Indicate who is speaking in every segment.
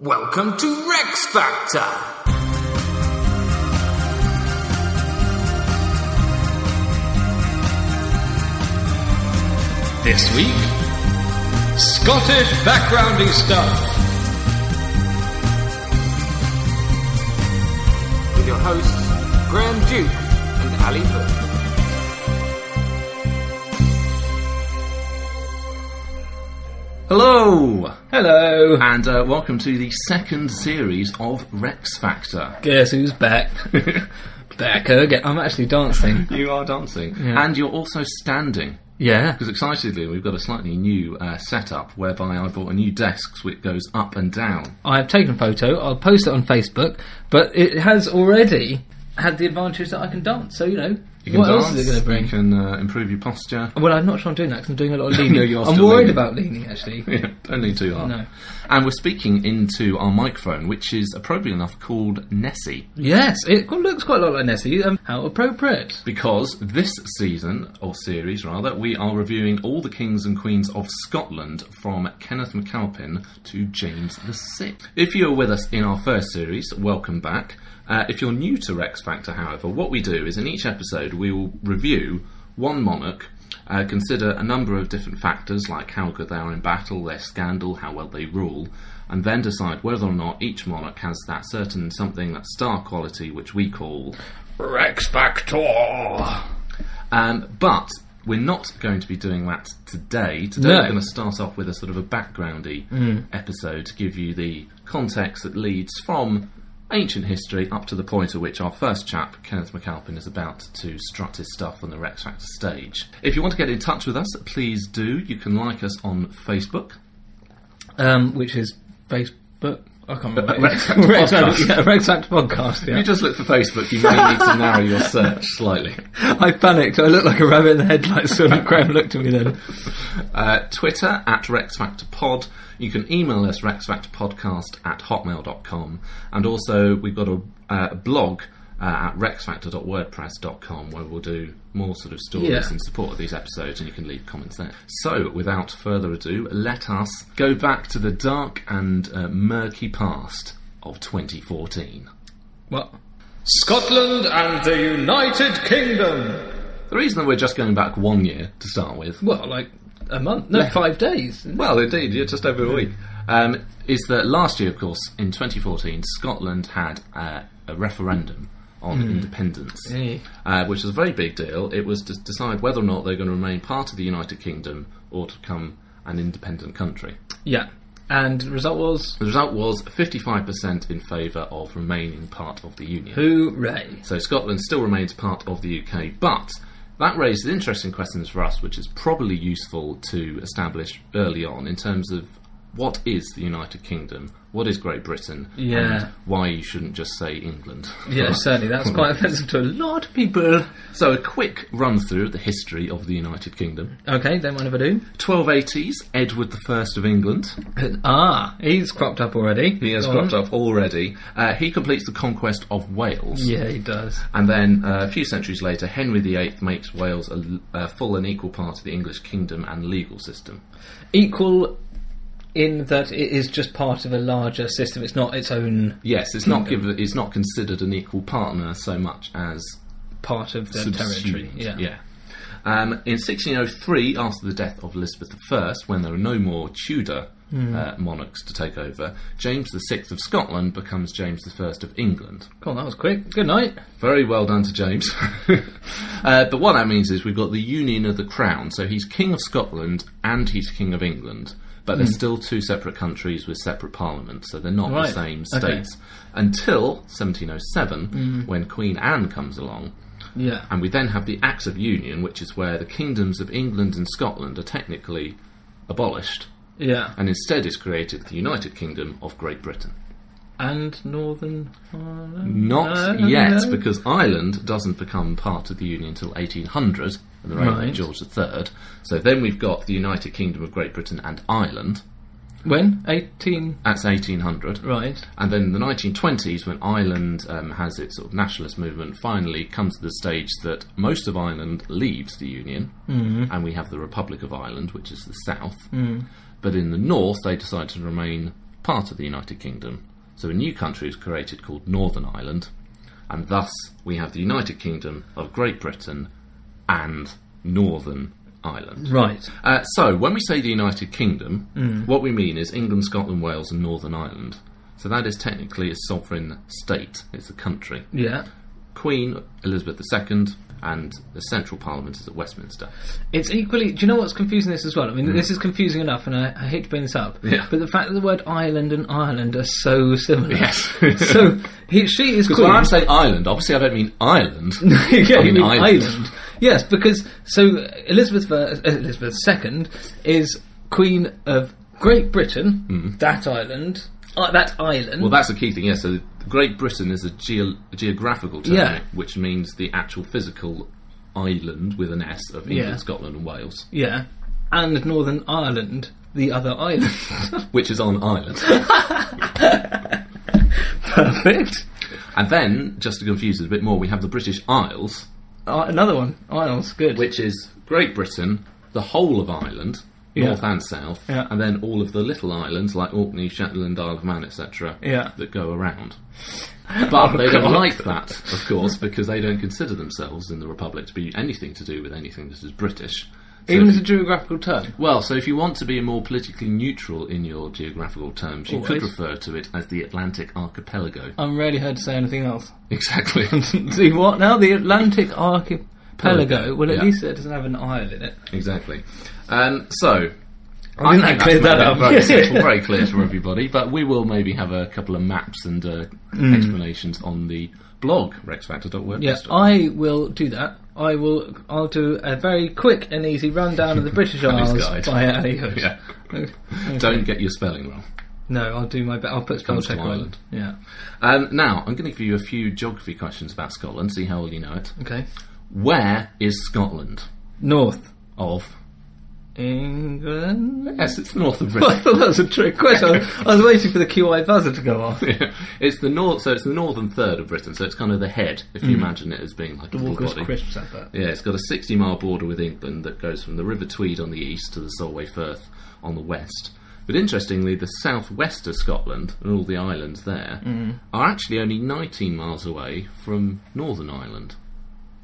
Speaker 1: Welcome to Rex Factor!
Speaker 2: This week, Scottish backgrounding stuff.
Speaker 1: With your hosts, Graham Duke and Ali Burke.
Speaker 3: Hello,
Speaker 2: Hello.
Speaker 3: and uh, welcome to the second series of Rex Factor.
Speaker 2: Guess who's back? back again. I'm actually dancing.
Speaker 3: You are dancing, and you're also standing.
Speaker 2: Yeah.
Speaker 3: Because excitedly, we've got a slightly new uh, setup whereby I bought a new desk which goes up and down.
Speaker 2: I've taken a photo. I'll post it on Facebook. But it has already had the advantage that I can dance. So, you know,
Speaker 3: You can
Speaker 2: what
Speaker 3: dance,
Speaker 2: else is it going to bring?
Speaker 3: You can uh, improve your posture.
Speaker 2: Well, I'm not sure I'm doing that because I'm doing a lot of leaning.
Speaker 3: No, you are
Speaker 2: I'm
Speaker 3: still
Speaker 2: worried
Speaker 3: leaning.
Speaker 2: about leaning, actually.
Speaker 3: Yeah, don't lean too hard.
Speaker 2: No.
Speaker 3: And we're speaking into our microphone, which is appropriately enough called Nessie.
Speaker 2: yes, it looks quite a lot like Nessie. Um, how appropriate.
Speaker 3: because this season, or series rather, we are reviewing all the kings and queens of Scotland from Kenneth MacAlpin to James VI. If you're with us in our first series, welcome back. Uh, if you're new to Rex Factor, however, what we do is in each episode we will review one monarch. Uh, consider a number of different factors like how good they are in battle, their scandal, how well they rule, and then decide whether or not each monarch has that certain something, that star quality, which we call
Speaker 2: Rex Factor.
Speaker 3: um, but we're not going to be doing that today. Today
Speaker 2: No.
Speaker 3: we're going to start off with a sort of a backgroundy episode to give you the context that leads from ancient history up to the point at which our first chap, Kenneth MacAlpin, is about to strut his stuff on the Rex Factor stage. If you want to get in touch with us, please do. You can like us on Facebook.
Speaker 2: um, which is Facebook. I can't remember.
Speaker 3: Rex Factor Podcast.
Speaker 2: yeah, Rex Factor Podcast. Yeah.
Speaker 3: If you just look for Facebook, you may need to narrow your search slightly.
Speaker 2: I panicked. I looked like a rabbit in the headlights when Graham looked at me then.
Speaker 3: uh, Twitter at RexFactorPod. You can email us RexFactorPodcast at hotmail.com. And also, we've got a uh, blog uh, at RexFactor.wordpress.com where we'll do more sort of stories
Speaker 2: Yeah.
Speaker 3: in support of these episodes and you can leave comments there. So, without further ado, let us go back to the dark and uh, murky past of 2014.
Speaker 2: What?
Speaker 4: Scotland and the United Kingdom.
Speaker 3: The reason that we're just going back one year to start with
Speaker 2: What? Like a month? No, five days.
Speaker 3: Well, indeed, yeah, just over a week. Um, is that last year, of course, in 2014, Scotland had uh, a referendum on independence,
Speaker 2: Yeah.
Speaker 3: uh, which was a very big deal. It was to decide whether or not they're going to remain part of the United Kingdom or to become an independent country.
Speaker 2: Yeah. And the result was
Speaker 3: The result was 55% in favour of remaining part of the Union.
Speaker 2: hooray.
Speaker 3: So Scotland still remains part of the UK, but that raises interesting questions for us, which is probably useful to establish early on in terms of what is the United Kingdom, what is Great Britain,
Speaker 2: Yeah.
Speaker 3: and why you shouldn't just say England.
Speaker 2: Yeah, certainly. That's quite offensive to a lot of people.
Speaker 3: So a quick run through of the history of the United Kingdom.
Speaker 2: Okay, then mind if I do?
Speaker 3: 1280s, Edward I of England.
Speaker 2: Ah, he's cropped up already.
Speaker 3: He has
Speaker 2: Go
Speaker 3: cropped
Speaker 2: on.
Speaker 3: up already. Uh, he completes the conquest of Wales.
Speaker 2: Yeah, he does.
Speaker 3: And then uh, a few centuries later, Henry VIII makes Wales a, l- a full and equal part of the English kingdom and legal system.
Speaker 2: Equal in that it is just part of a larger system. It's not its own
Speaker 3: Yes, it's not given, it's not considered an equal partner so much as
Speaker 2: part of the territory.
Speaker 3: subsumed. Um, in 1603, after the death of Elizabeth I, when there were no more Tudor uh, monarchs to take over, James VI of Scotland becomes James I of England.
Speaker 2: Cool, that was quick. Good night.
Speaker 3: Very well done to James. uh, but what that means is we've got the union of the crown. So he's King of Scotland and he's King of England. But
Speaker 2: Hmm.
Speaker 3: they're still two separate countries with separate parliaments, so they're not
Speaker 2: Right.
Speaker 3: the same
Speaker 2: Okay. Hmm.
Speaker 3: states until 1707 when Queen Anne comes along.
Speaker 2: Yeah.
Speaker 3: And we then have the Acts of Union, which is where the kingdoms of England and Scotland are technically abolished
Speaker 2: Yeah.
Speaker 3: and instead is created the United Kingdom of Great Britain.
Speaker 2: And Northern Ireland?
Speaker 3: Not
Speaker 2: No,
Speaker 3: yet,
Speaker 2: no.
Speaker 3: because Ireland doesn't become part of the Union until 1800, and the reign
Speaker 2: Right.
Speaker 3: of George III. So then we've got the United Kingdom of Great Britain and Ireland.
Speaker 2: When? 18.
Speaker 3: That's 1800.
Speaker 2: Right.
Speaker 3: And then in the 1920s, when Ireland um, has its sort of nationalist movement, finally comes to the stage that most of Ireland leaves the Union, and we have the Republic of Ireland, which is the South. But in the North, they decide to remain part of the United Kingdom. So a new country is created called Northern Ireland, and thus we have the United Kingdom of Great Britain and Northern Ireland.
Speaker 2: Right.
Speaker 3: Uh, so, when we say the United Kingdom,
Speaker 2: Hmm.
Speaker 3: what we mean is England, Scotland, Wales, and Northern Ireland. So, that is technically a sovereign state, it's a country.
Speaker 2: Yeah.
Speaker 3: Queen Elizabeth II, and the central parliament is at Westminster.
Speaker 2: It's equally. Do you know what's confusing this as well? I mean, this is confusing enough, and I, I hate to bring this up.
Speaker 3: Hmm. Yeah.
Speaker 2: But the fact that the word Ireland and Ireland are so similar.
Speaker 3: Yes.
Speaker 2: so he, she is
Speaker 3: Because
Speaker 2: queen.
Speaker 3: when I'm saying Ireland, obviously I don't mean Ireland.
Speaker 2: yeah,
Speaker 3: I
Speaker 2: you
Speaker 3: mean
Speaker 2: mean
Speaker 3: Ireland.
Speaker 2: Ireland. Yes, because so uh, Elizabeth uh, Elizabeth II is Queen of Great Britain, that island, uh, that island.
Speaker 3: Hmm. Well, that's the key thing, yeah. So, Great Britain is a geo- geographical term,
Speaker 2: Yeah.
Speaker 3: which means the actual physical island with an S of England,
Speaker 2: Yeah.
Speaker 3: Scotland, and Wales,
Speaker 2: yeah, and Northern Ireland, the other island.
Speaker 3: which is on Ireland.
Speaker 2: Perfect.
Speaker 3: and then, just to confuse it a bit more, we have the British Isles.
Speaker 2: Uh, another one, Isles. Good.
Speaker 3: which is Great Britain, the whole of Ireland,
Speaker 2: Yeah.
Speaker 3: north and south,
Speaker 2: Yeah.
Speaker 3: and then all of the little islands like Orkney, Shetland, Isle of Man, etc.,
Speaker 2: Yeah. Oh,
Speaker 3: that go around. But they don't
Speaker 2: God.
Speaker 3: like that, of course, because they don't consider themselves in the Republic to be anything to do with anything that is British. So
Speaker 2: Even
Speaker 3: if-
Speaker 2: as a geographical term.
Speaker 3: well, so if you want to be more politically neutral in your geographical terms, you could
Speaker 2: Always.
Speaker 3: refer to it as the Atlantic Archipelago.
Speaker 2: I'm rarely heard to say anything else.
Speaker 3: Exactly.
Speaker 2: See what now? The Atlantic archipelago. Well, at
Speaker 3: Yeah.
Speaker 2: least it doesn't have an isle in it.
Speaker 3: Exactly. Um, so.
Speaker 2: I think that
Speaker 3: that's
Speaker 2: cleared that
Speaker 3: made it
Speaker 2: up.
Speaker 3: Very, simple, very clear for everybody, but we will maybe have a couple of maps and uh,
Speaker 2: Mm.
Speaker 3: explanations on the blog, rexfactor.wordpress.com.
Speaker 2: Yes, I will do that. I will. I'll do a very quick and easy rundown of the British
Speaker 3: Ali's guide.
Speaker 2: Isles by Ali Hood.
Speaker 3: Yeah. Don't get your spelling wrong.
Speaker 2: No, I'll do my best. I'll put spell
Speaker 3: comes to
Speaker 2: check on.
Speaker 3: Ireland.
Speaker 2: Yeah.
Speaker 3: Um, now, I'm going to give you a few geography questions about Scotland, see how well you know it.
Speaker 2: Okay.
Speaker 3: Where is Scotland?
Speaker 2: North
Speaker 3: Of.
Speaker 2: England.
Speaker 3: Yes, it's north of
Speaker 2: I
Speaker 3: Britain.
Speaker 2: thought that was a trick question. I was, I was waiting for the QI buzzer to go off.
Speaker 3: it's the north, so it's the northern third of Britain, so it's kind of the head, if you imagine it as being like a little
Speaker 2: Mm. Walker's
Speaker 3: body.
Speaker 2: crisps at that.
Speaker 3: Yeah, it's got a 60 mile border with England that goes from the River Tweed on the east to the Solway Firth on the west. But interestingly, the southwest of Scotland and all the islands there are actually only 19 miles away from Northern Ireland.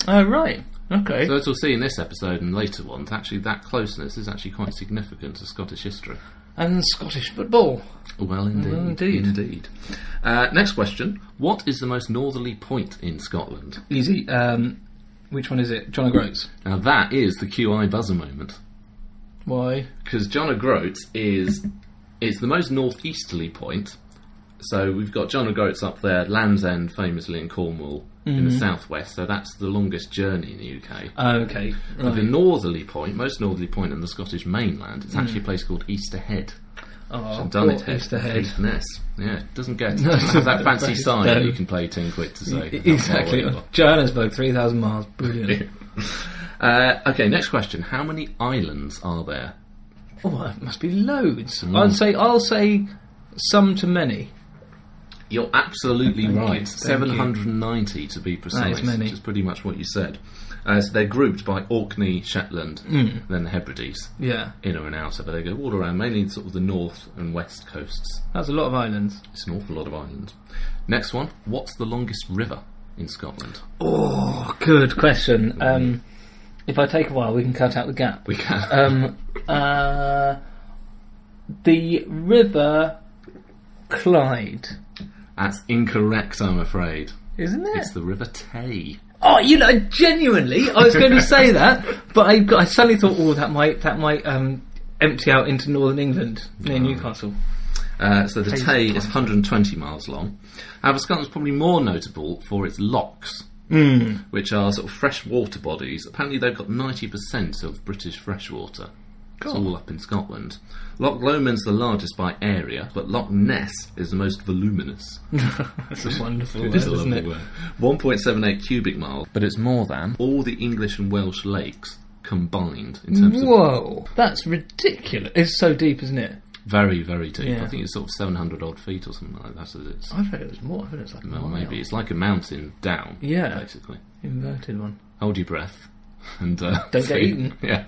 Speaker 2: Oh right. Okay.
Speaker 3: So, as we'll see in this episode and later ones, actually that closeness is actually quite significant to Scottish history.
Speaker 2: and Scottish football.
Speaker 3: Well, indeed.
Speaker 2: Well, indeed.
Speaker 3: indeed. Uh, next question What is the most northerly point in Scotland?
Speaker 2: Easy. Um, which one is it? John O'Groats.
Speaker 3: Now, that is the QI buzzer moment.
Speaker 2: Why?
Speaker 3: because John O'Groats is it's the most northeasterly point. So we've got John O'Groats up there, Land's End famously in Cornwall in
Speaker 2: Mm-hmm.
Speaker 3: the southwest. So that's the longest journey in the UK.
Speaker 2: Oh, Okay.
Speaker 3: But the
Speaker 2: Right.
Speaker 3: northerly point, most northerly point on the Scottish mainland, it's actually a place called Easterhead.
Speaker 2: Mm. Oh,
Speaker 3: Done it,
Speaker 2: poor Easter head.
Speaker 3: Ness. Yeah, it doesn't get have that fancy
Speaker 2: doesn't.
Speaker 3: sign that
Speaker 2: No. E-,
Speaker 3: you can play ten quid to say. how far
Speaker 2: Exactly.
Speaker 3: away you are.
Speaker 2: Johannesburg, 3,000 miles. Brilliant.
Speaker 3: Uh, okay, next question. How many islands are there?
Speaker 2: oh, it must be loads. I'd say, I'll say some to many.
Speaker 3: You're absolutely right.
Speaker 2: you, thank
Speaker 3: 790 to be precise,
Speaker 2: many.
Speaker 3: which is pretty much what you said. Uh, so they're grouped by Orkney, Shetland, then the Hebrides,
Speaker 2: Yeah.
Speaker 3: inner and outer, but they go all around, mainly sort of the north and west coasts.
Speaker 2: That's a lot of islands.
Speaker 3: It's an awful lot of islands. Next one, what's the longest river in Scotland?
Speaker 2: Oh, good question. Um, if I take a while, we can cut out the gap.
Speaker 3: We can.
Speaker 2: Um, uh, the River Clyde,
Speaker 3: That's incorrect, I'm afraid.
Speaker 2: isn't it?
Speaker 3: It's the River Tay.
Speaker 2: Oh, you know, genuinely, I was going to say that, but I, got- I suddenly thought, oh, that might that might um, empty out into northern England near
Speaker 3: Oh.
Speaker 2: Newcastle.
Speaker 3: Uh, so the Tay is 120 miles long. However, Scotland's probably more notable for its locks,
Speaker 2: Hmm.
Speaker 3: which are sort of freshwater bodies. Apparently, they've got 90% of British freshwater. It's all up in Scotland. Loch Lomond's the largest by area, but Loch Ness is the most voluminous.
Speaker 2: That's a wonderful word,
Speaker 3: It is a
Speaker 2: isn't
Speaker 3: lovely
Speaker 2: it?
Speaker 3: word. 1.78 cubic miles, but it's more than all the English and Welsh lakes combined in terms of
Speaker 2: Whoa, that's ridiculous! It's so deep, isn't it?
Speaker 3: very, very deep.
Speaker 2: Yeah.
Speaker 3: I think it's sort of 700 odd feet or something like that. As it's
Speaker 2: I thought it was more. I thought it was like a
Speaker 3: Well,
Speaker 2: mile.
Speaker 3: maybe it's like a mountain down.
Speaker 2: Yeah.
Speaker 3: basically.
Speaker 2: inverted one.
Speaker 3: Hold your breath, and uh,
Speaker 2: Don't get
Speaker 3: see-
Speaker 2: eaten.
Speaker 3: Yeah,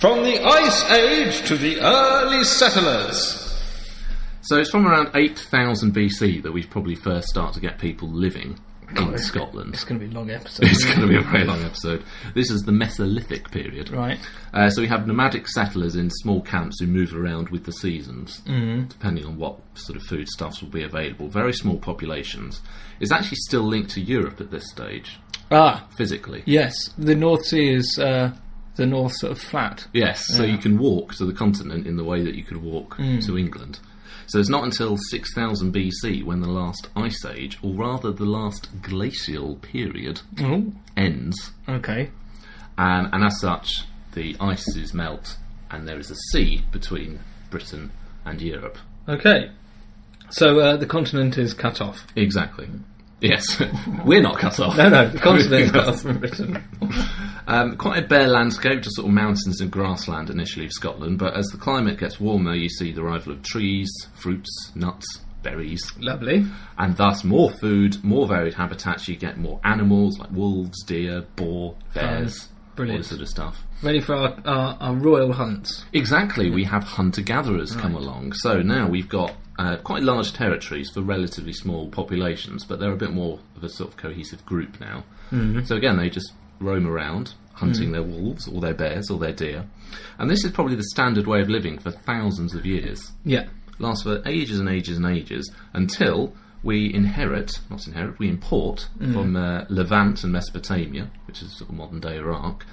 Speaker 4: From the Ice Age to the early settlers.
Speaker 3: So it's from around 8000 BC that we probably first start to get people living in Scotland.
Speaker 2: It's going to be a long episode.
Speaker 3: It's going to be a very long episode. This is the Mesolithic period.
Speaker 2: right.
Speaker 3: Uh, so we have nomadic settlers in small camps who move around with the seasons,
Speaker 2: Mm-hmm.
Speaker 3: depending on what sort of foodstuffs will be available. Very small populations. It's actually still linked to Europe at this stage,
Speaker 2: Ah,
Speaker 3: physically.
Speaker 2: yes. The North Sea is uh, the north sort of flat.
Speaker 3: Yes, so you can walk to the continent in the way that you could walk
Speaker 2: Mm.
Speaker 3: to England. So it's not until 6000 BC when the last ice age, or rather the last glacial period,
Speaker 2: Oh,
Speaker 3: ends.
Speaker 2: okay.
Speaker 3: And, and as such, the ices melt and there is a sea between Britain and Europe.
Speaker 2: Okay. So uh, the continent is cut off.
Speaker 3: Exactly. Yes, we're not cut off.
Speaker 2: No, no, the continent is cut off from Britain.
Speaker 3: Um, quite a bare landscape, just sort of mountains and grassland initially of Scotland, but as the climate gets warmer, you see the arrival of trees, fruits, nuts, berries,
Speaker 2: Lovely.
Speaker 3: and thus more food, more varied habitats. You get more animals like wolves, deer, boar, bears, all
Speaker 2: Brilliant.
Speaker 3: this sort of stuff.
Speaker 2: Ready for our, our, our royal hunts.
Speaker 3: Exactly, we have hunter gatherers come along. So now we've got uh, quite large territories for relatively small populations, but they're a bit more of a sort of cohesive group now. So again, they just roam around hunting their wolves or their bears or their deer. And this is probably the standard way of living for thousands of years.
Speaker 2: Yeah.
Speaker 3: Lasts for ages and ages and ages until we inherit, not inherit, we import from uh, Levant and Mesopotamia, which is sort of modern day Iraq,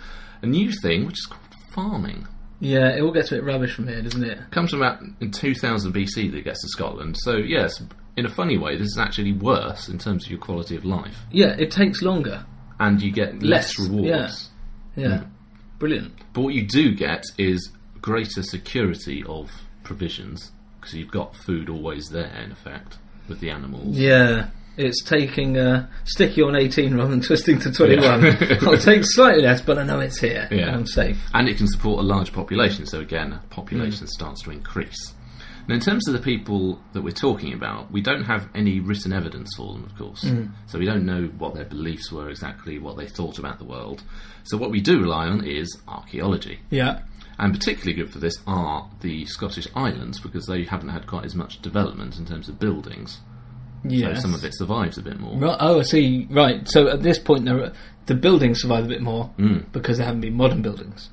Speaker 3: a new thing which is called farming
Speaker 2: Yeah, it all gets a bit rubbish from here, doesn't it?
Speaker 3: comes from about in 2000 BC that it gets to Scotland. So yes, in a funny way, this is actually worse in terms of your quality of life,
Speaker 2: Yeah, it takes longer.
Speaker 3: and you get
Speaker 2: Less,
Speaker 3: less rewards.
Speaker 2: Yeah.
Speaker 3: Mm.
Speaker 2: Brilliant.
Speaker 3: But what you do get is greater security of provisions because you've got food always there, in effect, with the animals.
Speaker 2: Yeah. It's taking uh, sticky on 18 rather than twisting to 21. I'll take slightly less, but I know it's here.
Speaker 3: Yeah.
Speaker 2: And I'm safe.
Speaker 3: and it can support a large population. So again, population
Speaker 2: Mm.
Speaker 3: starts to increase. Now, in terms of the people that we're talking about, we don't have any written evidence for them, of course.
Speaker 2: Mm.
Speaker 3: So we don't know what their beliefs were exactly, what they thought about the world. So what we do rely on is archaeology.
Speaker 2: Yeah.
Speaker 3: And particularly good for this are the Scottish islands because they haven't had quite as much development in terms of buildings.
Speaker 2: Yeah.
Speaker 3: So some of it survives a bit more.
Speaker 2: Right, oh, I see. Right. So at this point, there, the buildings survive a bit more
Speaker 3: Mm.
Speaker 2: because there haven't been modern buildings.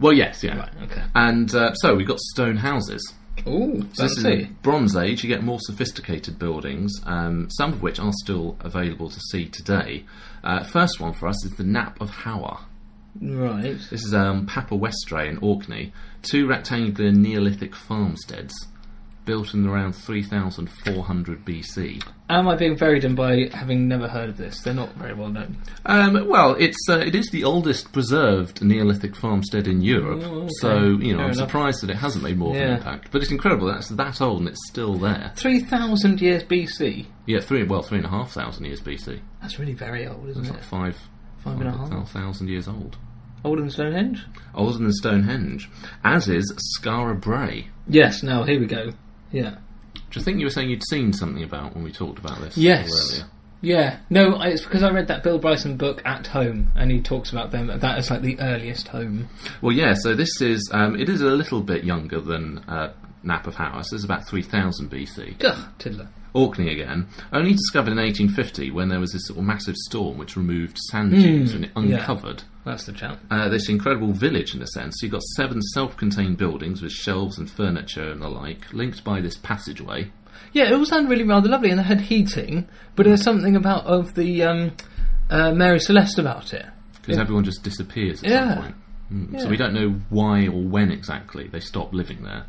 Speaker 3: Well, yes, yeah.
Speaker 2: Okay.
Speaker 3: And uh, so we've got stone houses.
Speaker 2: Ooh,
Speaker 3: So this is the Bronze Age. You get more sophisticated buildings, um, some of which are still available to see today. Uh, first one for us is the Knapp of Hower.
Speaker 2: Right.
Speaker 3: This is um, Papa Westray in Orkney. Two rectangular Neolithic farmsteads built in around 3400 BC.
Speaker 2: Am I being ferried in by having never heard of this? They're not very well known.
Speaker 3: Um, well, it's uh, it is the oldest preserved Neolithic farmstead in Europe,
Speaker 2: Oh, okay.
Speaker 3: so you know
Speaker 2: Fair
Speaker 3: I'm
Speaker 2: enough.
Speaker 3: surprised that it hasn't made more of
Speaker 2: Yeah.
Speaker 3: an impact. But it's incredible that's that old and it's still there.
Speaker 2: 3,000 years BC.
Speaker 3: Yeah, three well three and a half thousand years BC.
Speaker 2: That's really very old, isn't
Speaker 3: It's
Speaker 2: it?
Speaker 3: like five,
Speaker 2: Five and a half.
Speaker 3: thousand years old.
Speaker 2: Older than Stonehenge?
Speaker 3: Older than Stonehenge, as is Skara Brae,
Speaker 2: Yes, now here we go. Yeah.
Speaker 3: which I think you were saying you'd seen something about when we talked about this.
Speaker 2: Yes.
Speaker 3: Earlier.
Speaker 2: Yeah. No, I- it's because I read that Bill Bryson book, At Home, and he talks about them. That is like the earliest home.
Speaker 3: Well, yeah. So this is um, it is a little bit younger than uh, Knapp of Howe. So This is about three thousand BC.
Speaker 2: Gah, tiddler.
Speaker 3: Orkney again, only discovered in 1850 when there was this sort of massive storm which removed sand
Speaker 2: Hmm,
Speaker 3: dunes and it uncovered.
Speaker 2: That's the challenge.
Speaker 3: uh, this incredible village in a sense. You've got seven self contained buildings with shelves and furniture and the like, linked by this passageway.
Speaker 2: Yeah, it all sounded really rather lovely, and they had heating, but there's something about of the um, uh, Mary Celeste about it.
Speaker 3: because everyone just disappears at
Speaker 2: Yeah.
Speaker 3: some point. Mm. So we don't know why or when exactly they stop living there.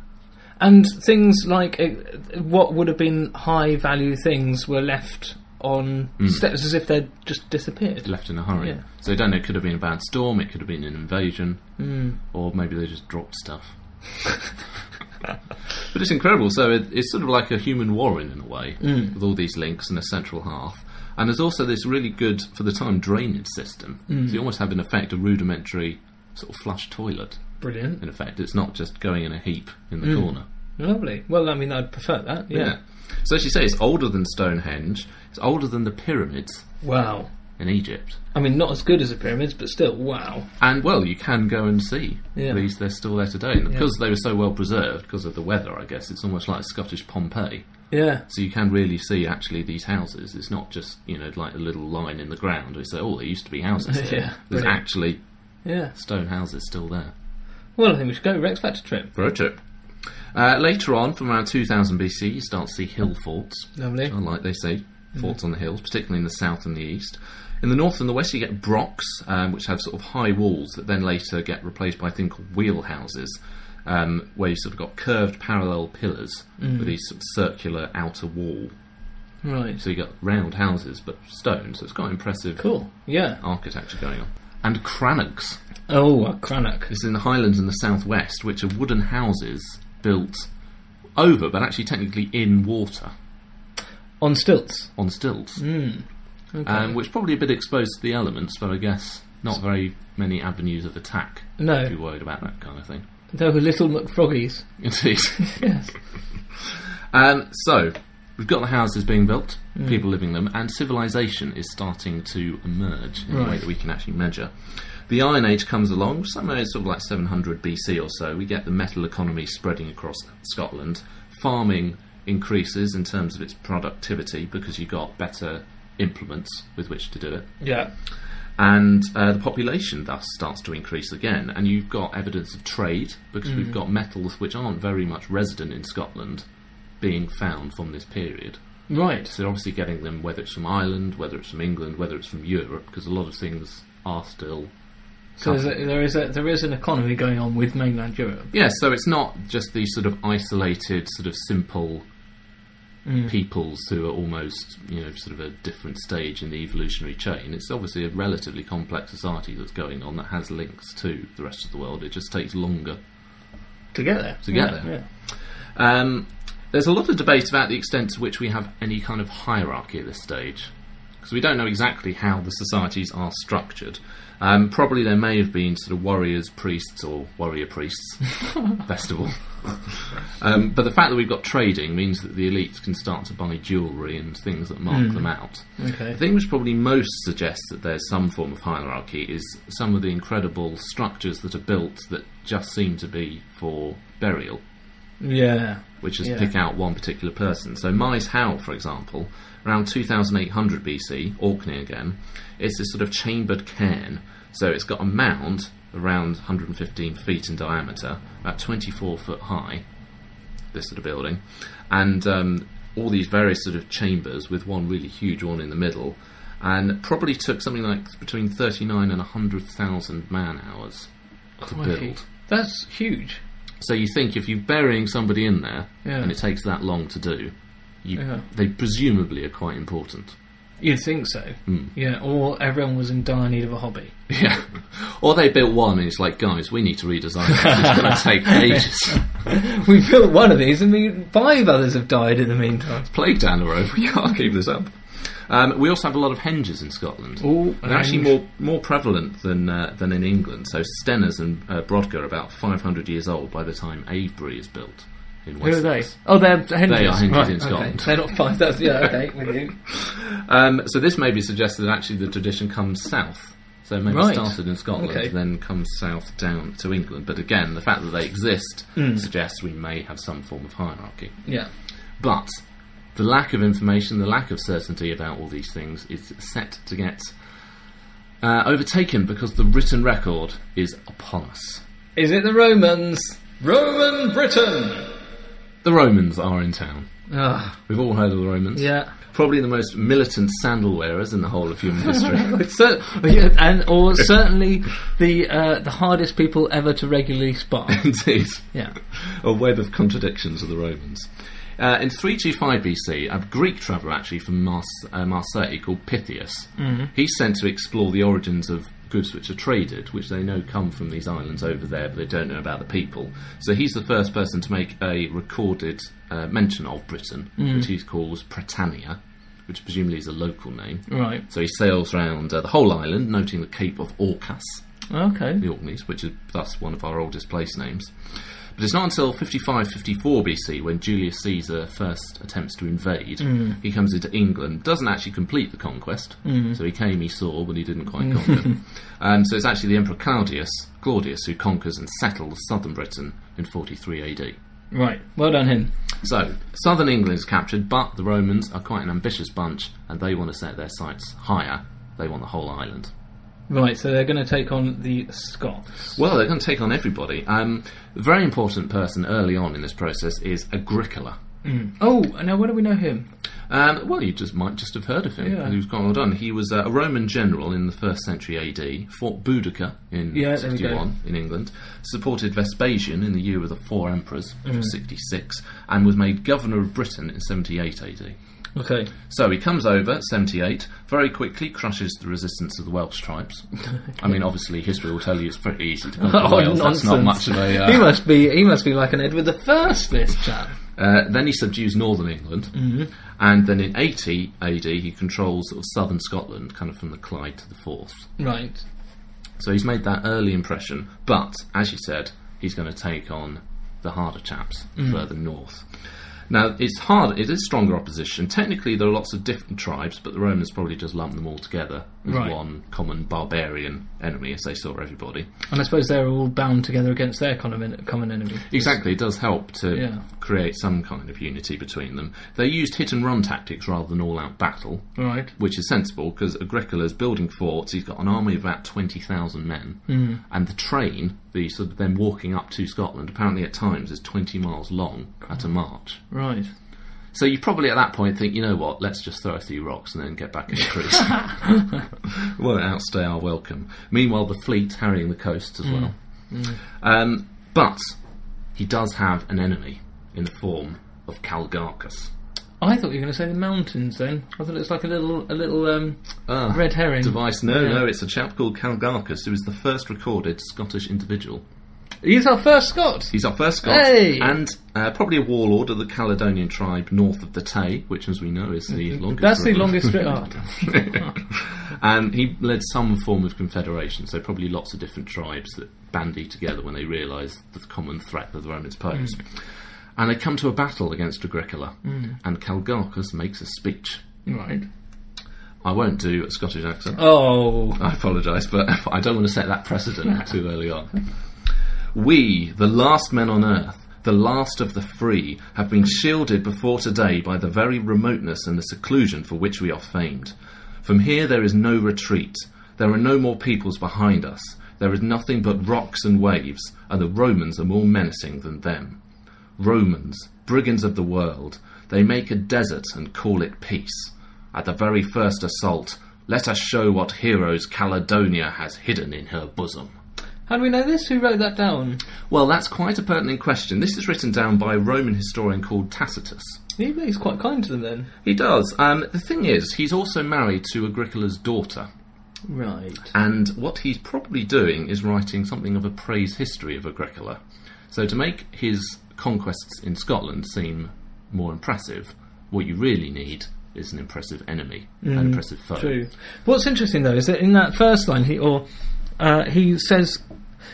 Speaker 2: And things like uh, what would have been high value things were left on steps as if they'd just disappeared.
Speaker 3: Left in a hurry.
Speaker 2: Yeah.
Speaker 3: So they don't know. It could have been a bad storm. It could have been an invasion,
Speaker 2: Hmm.
Speaker 3: or maybe they just dropped stuff. but it's incredible. So it, it's sort of like a human warren in a way,
Speaker 2: Hmm.
Speaker 3: with all these links and a central hearth. And there's also this really good, for the time, drainage system.
Speaker 2: Hmm.
Speaker 3: So you almost have, in effect, a rudimentary sort of flush toilet.
Speaker 2: Brilliant.
Speaker 3: In effect, it's not just going in a heap in
Speaker 2: Hmm.
Speaker 3: the corner.
Speaker 2: Lovely. Well, I mean, I'd prefer that. Yeah.
Speaker 3: Yeah. So as you say, it's older than Stonehenge. It's older than the pyramids.
Speaker 2: Wow.
Speaker 3: in Egypt.
Speaker 2: I mean, not as good as the pyramids, but still, wow.
Speaker 3: And well, you can go and see
Speaker 2: Yeah.
Speaker 3: these; they're still there today. And because they were so well preserved, because of the weather, I guess it's almost like Scottish Pompeii.
Speaker 2: Yeah.
Speaker 3: So you can really see actually these houses. It's not just you know like a little line in the ground. We say, oh, there used to be houses here.
Speaker 2: Yeah,
Speaker 3: There's
Speaker 2: brilliant.
Speaker 3: actually
Speaker 2: Yeah.
Speaker 3: stone houses still there.
Speaker 2: Well, I think we should go Rex Factor trip.
Speaker 3: For a trip. Uh, later on, from around 2000 BC, you start to see hill forts.
Speaker 2: Lovely.
Speaker 3: Well, like they say, forts on the hills, particularly in the south and the east. In the north and the west, you get brocks, um, which have sort of high walls that then later get replaced by a thing called wheelhouses, um, where you sort of got curved parallel pillars with these sort of circular outer wall.
Speaker 2: Right.
Speaker 3: So you got round houses but stone, so it's quite impressive
Speaker 2: Cool. Yeah.
Speaker 3: architecture going on. And crannogs.
Speaker 2: Oh, a Cranach.
Speaker 3: It's in the Highlands in the southwest, which are wooden houses built over, but actually technically in water
Speaker 2: On stilts.
Speaker 3: on stilts,
Speaker 2: Hmm, Okay.
Speaker 3: um, which probably a bit exposed to the elements, but I guess not very many avenues of attack.
Speaker 2: No.
Speaker 3: if you're worried about that kind of thing.
Speaker 2: They were little McFroggies.
Speaker 3: Indeed.
Speaker 2: Yes.
Speaker 3: um, so we've got the houses being built,
Speaker 2: Hmm.
Speaker 3: people living them, and civilization is starting to emerge in a way
Speaker 2: Right.
Speaker 3: that we can actually measure. The Iron Age comes along somewhere sort of like 700 BC or so. We get the metal economy spreading across Scotland. Farming increases in terms of its productivity because you've got better implements with which to do it
Speaker 2: Yeah.
Speaker 3: and uh, the population thus starts to increase again. And you've got evidence of trade because we've got metals which aren't very much resident in Scotland being found from this period.
Speaker 2: Right.
Speaker 3: So they're obviously getting them, whether it's from Ireland, whether it's from England, whether it's from Europe, because a lot of things are still.
Speaker 2: So there's a, there is a, there is an economy going on with mainland Europe.
Speaker 3: Yeah, so it's not just these sort of isolated, sort of simple peoples who are almost, you know, sort of a different stage in the evolutionary chain. It's obviously a relatively complex society that's going on that has links to the rest of the world. It just takes longer
Speaker 2: To get there.
Speaker 3: to get
Speaker 2: Yeah.
Speaker 3: there. Um, there's a lot of debate about the extent to which we have any kind of hierarchy at this stage, because we don't know exactly how the societies are structured. Um, probably there may have been sort of warriors, priests, or warrior priests, best of all. Um, but the fact that we've got trading means that the elites can start to buy jewellery and things that mark them out.
Speaker 2: yeah. Okay.
Speaker 3: The thing which probably most suggests that there's some form of hierarchy is some of the incredible structures that are built that just seem to be for burial
Speaker 2: Yeah.
Speaker 3: which is
Speaker 2: Yeah.
Speaker 3: pick out one particular person. So Mize Howe, for example, around 2800 BC, Orkney again, it's this sort of chambered cairn. So it's got a mound around 115 feet in diameter, about 24 foot high, this sort of building, and um, all these various sort of chambers with one really huge one in the middle, and probably took something like between 39 and 100,000 man hours to
Speaker 2: Crikey.
Speaker 3: build.
Speaker 2: That's huge.
Speaker 3: So you think if you're burying somebody in there
Speaker 2: Yeah.
Speaker 3: and it takes that long to do, you,
Speaker 2: Yeah.
Speaker 3: they presumably are quite important.
Speaker 2: You'd think so.
Speaker 3: Hmm.
Speaker 2: Yeah. Or everyone was in dire need of a hobby.
Speaker 3: Yeah. or they built one and it's like, guys, we need to redesign this. It's going to take ages.
Speaker 2: we built one of these, and we, five others have died in the meantime.
Speaker 3: Plague down the road. We can't keep this up. Um, we also have a lot of henges in Scotland.
Speaker 2: Ooh,
Speaker 3: They're actually
Speaker 2: henge.
Speaker 3: more more prevalent than uh, than in England. So Steners and uh, Brodgar are about 500 years old by the time Avebury is built in
Speaker 2: Who are
Speaker 3: Wessex.
Speaker 2: they? Oh, they're hinges.
Speaker 3: They are hinges
Speaker 2: Right,
Speaker 3: in
Speaker 2: okay.
Speaker 3: Scotland.
Speaker 2: They're not five. That's yeah. Okay, with you.
Speaker 3: Um, so this maybe suggests that actually the tradition comes south. So maybe
Speaker 2: Right.
Speaker 3: started in Scotland,
Speaker 2: Okay.
Speaker 3: then comes south down to England. But again, the fact that they exist
Speaker 2: Hmm.
Speaker 3: suggests we may have some form of hierarchy.
Speaker 2: Yeah.
Speaker 3: But the lack of information, the lack of certainty about all these things is set to get uh, overtaken because the written record is upon us.
Speaker 2: Is it the Romans?
Speaker 4: Roman Britain.
Speaker 3: The Romans are in town.
Speaker 2: Ah,
Speaker 3: We've all heard of the Romans.
Speaker 2: yeah.
Speaker 3: Probably the most militant sandal wearers in the whole of human history.
Speaker 2: So, yeah, and or certainly the uh, the hardest people ever to regularly spar.
Speaker 3: Indeed.
Speaker 2: Yeah.
Speaker 3: a web of contradictions of the Romans. Uh, in 325 BC, a Greek traveller actually from Mars- uh, Marseille called Pythias, he's sent to explore the origins of goods which are traded, which they know come from these islands over there, but they don't know about the people. So he's the first person to make a recorded uh, mention of Britain, which he calls Britannia, which presumably is a local name.
Speaker 2: Right.
Speaker 3: So he sails round uh, the whole island, noting the Cape of Orcas
Speaker 2: Okay.
Speaker 3: the Orkneys, which is thus one of our oldest place names. But it's not until 55 54 BC when Julius Caesar first attempts to invade. He comes into England, doesn't actually complete the conquest. So he came, he saw, but he didn't quite conquer. um, so it's actually the Emperor Claudius, Claudius who conquers and settles southern Britain in 43 AD.
Speaker 2: Right. Well done, him.
Speaker 3: So, southern England is captured, but the Romans are quite an ambitious bunch and they want to set their sights higher. They want the whole island.
Speaker 2: Right. So they're going to take on the Scots.
Speaker 3: Well, they're going to take on everybody. Um, a very important person early on in this process is Agricola.
Speaker 2: Oh, now where do we know him?
Speaker 3: Um, well, you just might just have heard of him.
Speaker 2: Yeah.
Speaker 3: He was quite well done. He was uh, a Roman general in the first century AD, fought Boudicca in
Speaker 2: Yeah, there we go.
Speaker 3: 61 in England, supported Vespasian in the year of the four emperors, which
Speaker 2: Mm-hmm.
Speaker 3: was 66, and was made governor of Britain in 78 AD.
Speaker 2: Okay.
Speaker 3: So he comes over, 78, very quickly crushes the resistance of the Welsh tribes. I mean, obviously, history will tell you it's pretty easy to conquer Wales. That's not much of a.
Speaker 2: Oh, He
Speaker 3: Uh,
Speaker 2: must be. He must be like an Edward the First, this chap.
Speaker 3: uh, then he subdues northern England, and then in 80 AD, he controls sort of southern Scotland, kind of from the Clyde to the Forth.
Speaker 2: Right.
Speaker 3: So he's made that early impression, but as you said, he's going to take on the harder chaps further north. Now it's hard; it is stronger opposition. Technically, there are lots of different tribes, but the Romans probably just lumped them all together as
Speaker 2: Right.
Speaker 3: one common barbarian enemy, as they saw everybody.
Speaker 2: And I suppose they're all bound together against their common common enemy.
Speaker 3: Exactly, it does help to
Speaker 2: Yeah.
Speaker 3: create some kind of unity between them. They used hit and run tactics rather than all-out battle,
Speaker 2: Right.
Speaker 3: which is sensible because Agricola's building forts. He's got an army of about twenty thousand men, and the train, the sort of them walking up to Scotland, apparently at times is twenty miles long at a march.
Speaker 2: Right.
Speaker 3: So you probably at that point think, you know what? Let's just throw a few rocks and then get back in the cruise. Won't outstay our welcome. Meanwhile, the fleet harrying the coast
Speaker 2: Mm.
Speaker 3: as well. Um, but he does have an enemy in the form of Calgarcus.
Speaker 2: I thought you were going to say the mountains. Then I thought it was like a little a little um,
Speaker 3: Ah,
Speaker 2: red herring.
Speaker 3: device. No,
Speaker 2: Mm. Yeah.
Speaker 3: no, it's a chap called Calgarcus who is the first recorded Scottish individual.
Speaker 2: He's our first Scot.
Speaker 3: He's our first Scot,
Speaker 2: Hey!
Speaker 3: and uh, probably a warlord of the Caledonian tribe north of the Tay, which, as we know, is the longest.
Speaker 2: That's the
Speaker 3: river.
Speaker 2: longest trip. Oh,
Speaker 3: and Um, he led some form of confederation, so probably lots of different tribes that bandy together when they realise the common threat that the Romans pose. And they come to a battle against Agricola, and Calgarcus makes a speech.
Speaker 2: right.
Speaker 3: I won't do a Scottish accent.
Speaker 2: Oh,
Speaker 3: I apologise, but I don't want to set that precedent too early on. We, the last men on earth, the last of the free, have been shielded before today by the very remoteness and the seclusion for which we are famed. From here there is no retreat. There are no more peoples behind us. There is nothing but rocks and waves, and the Romans are more menacing than them. Romans, brigands of the world, they make a desert and call it peace. At the very first assault, let us show what heroes Caledonia has hidden in her bosom.
Speaker 2: how do we know this? Who wrote that down?
Speaker 3: Well, that's quite a pertinent question. This is written down by a Roman historian called Tacitus.
Speaker 2: He, he's quite kind to them then.
Speaker 3: He does. Um, the thing is, he's also married to Agricola's daughter,
Speaker 2: Right.
Speaker 3: and what he's probably doing is writing something of a praise history of Agricola. So, to make his conquests in Scotland seem more impressive, what you really need is an impressive enemy, an impressive foe.
Speaker 2: True. What's interesting though is that in that first line, he or uh, he says.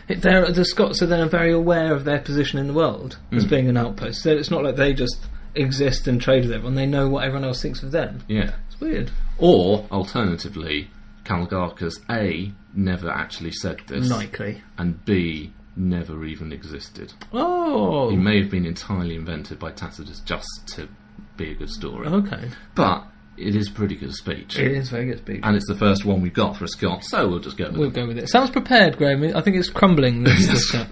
Speaker 2: They're, the Scots are then very aware of their position in the world as
Speaker 3: Hmm.
Speaker 2: being an outpost. So it's not like they just exist and trade with everyone. They know what everyone else thinks of them.
Speaker 3: Yeah.
Speaker 2: It's weird.
Speaker 3: Or, alternatively, Calgarcus A never actually said this,
Speaker 2: Likely.
Speaker 3: and B never even existed. It
Speaker 2: Oh.
Speaker 3: may have been entirely invented by Tacitus just to be a good story.
Speaker 2: Okay.
Speaker 3: But it is a pretty good speech.
Speaker 2: Oh. It is very good speech.
Speaker 3: and it's the first one we've got for a Scot, so we'll just go with
Speaker 2: We'll
Speaker 3: it.
Speaker 2: go with it. Sounds prepared, Graham. I think it's crumbling. This, this uh,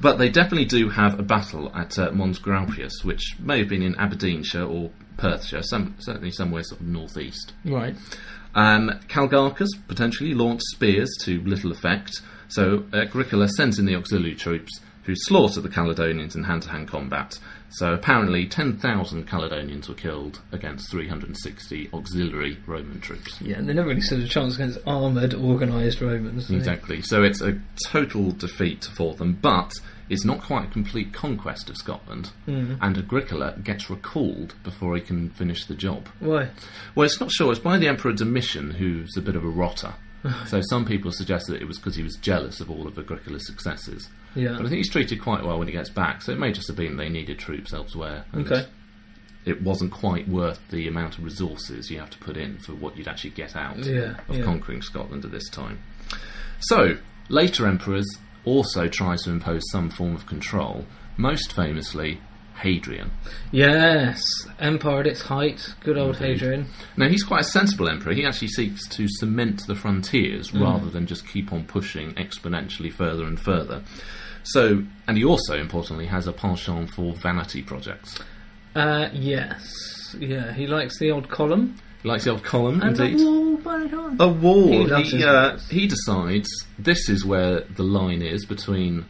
Speaker 3: But they definitely do have a battle at uh, Mons Graupius, which may have been in Aberdeenshire or Perthshire, some, certainly somewhere sort of northeast.
Speaker 2: right.
Speaker 3: Um, Calgarcus potentially launched spears to little effect, so uh, Agricola sends in the auxiliary troops who slaughter the Caledonians in hand to hand combat. So apparently 10,000 Caledonians were killed against 360 auxiliary Roman troops.
Speaker 2: Yeah, and they never really stood a chance against armoured, organised Romans. do they?
Speaker 3: Exactly, so it's a total defeat for them, but it's not quite a complete conquest of Scotland, and Agricola gets recalled before he can finish the job.
Speaker 2: Why?
Speaker 3: Well, it's not sure. It's by the Emperor Domitian, who's a bit of a rotter. so some people suggest that it was because he was jealous of all of Agricola's successes.
Speaker 2: Yeah.
Speaker 3: But I think he's treated quite well when he gets back, so it may just have been they needed troops elsewhere. and
Speaker 2: Okay.
Speaker 3: It wasn't quite worth the amount of resources you have to put in for what you'd actually get out
Speaker 2: Yeah,
Speaker 3: of
Speaker 2: yeah.
Speaker 3: conquering Scotland at this time. So, later emperors also tried to impose some form of control, most famously, Hadrian.
Speaker 2: Yes, Empire at its height. Good old Hadrian.
Speaker 3: Now, he's quite a sensible emperor. He actually seeks to cement the frontiers rather than just keep on pushing exponentially further and further. So, and he also, importantly, has a penchant for vanity projects.
Speaker 2: Uh, yes. Yeah, he likes the old column.
Speaker 3: He likes the old column,
Speaker 2: And uh,
Speaker 3: indeed. Oh.
Speaker 2: the wall by the column.
Speaker 3: A wall.
Speaker 2: He loves
Speaker 3: He,
Speaker 2: his
Speaker 3: uh,
Speaker 2: walls.
Speaker 3: he decides this is where the line is between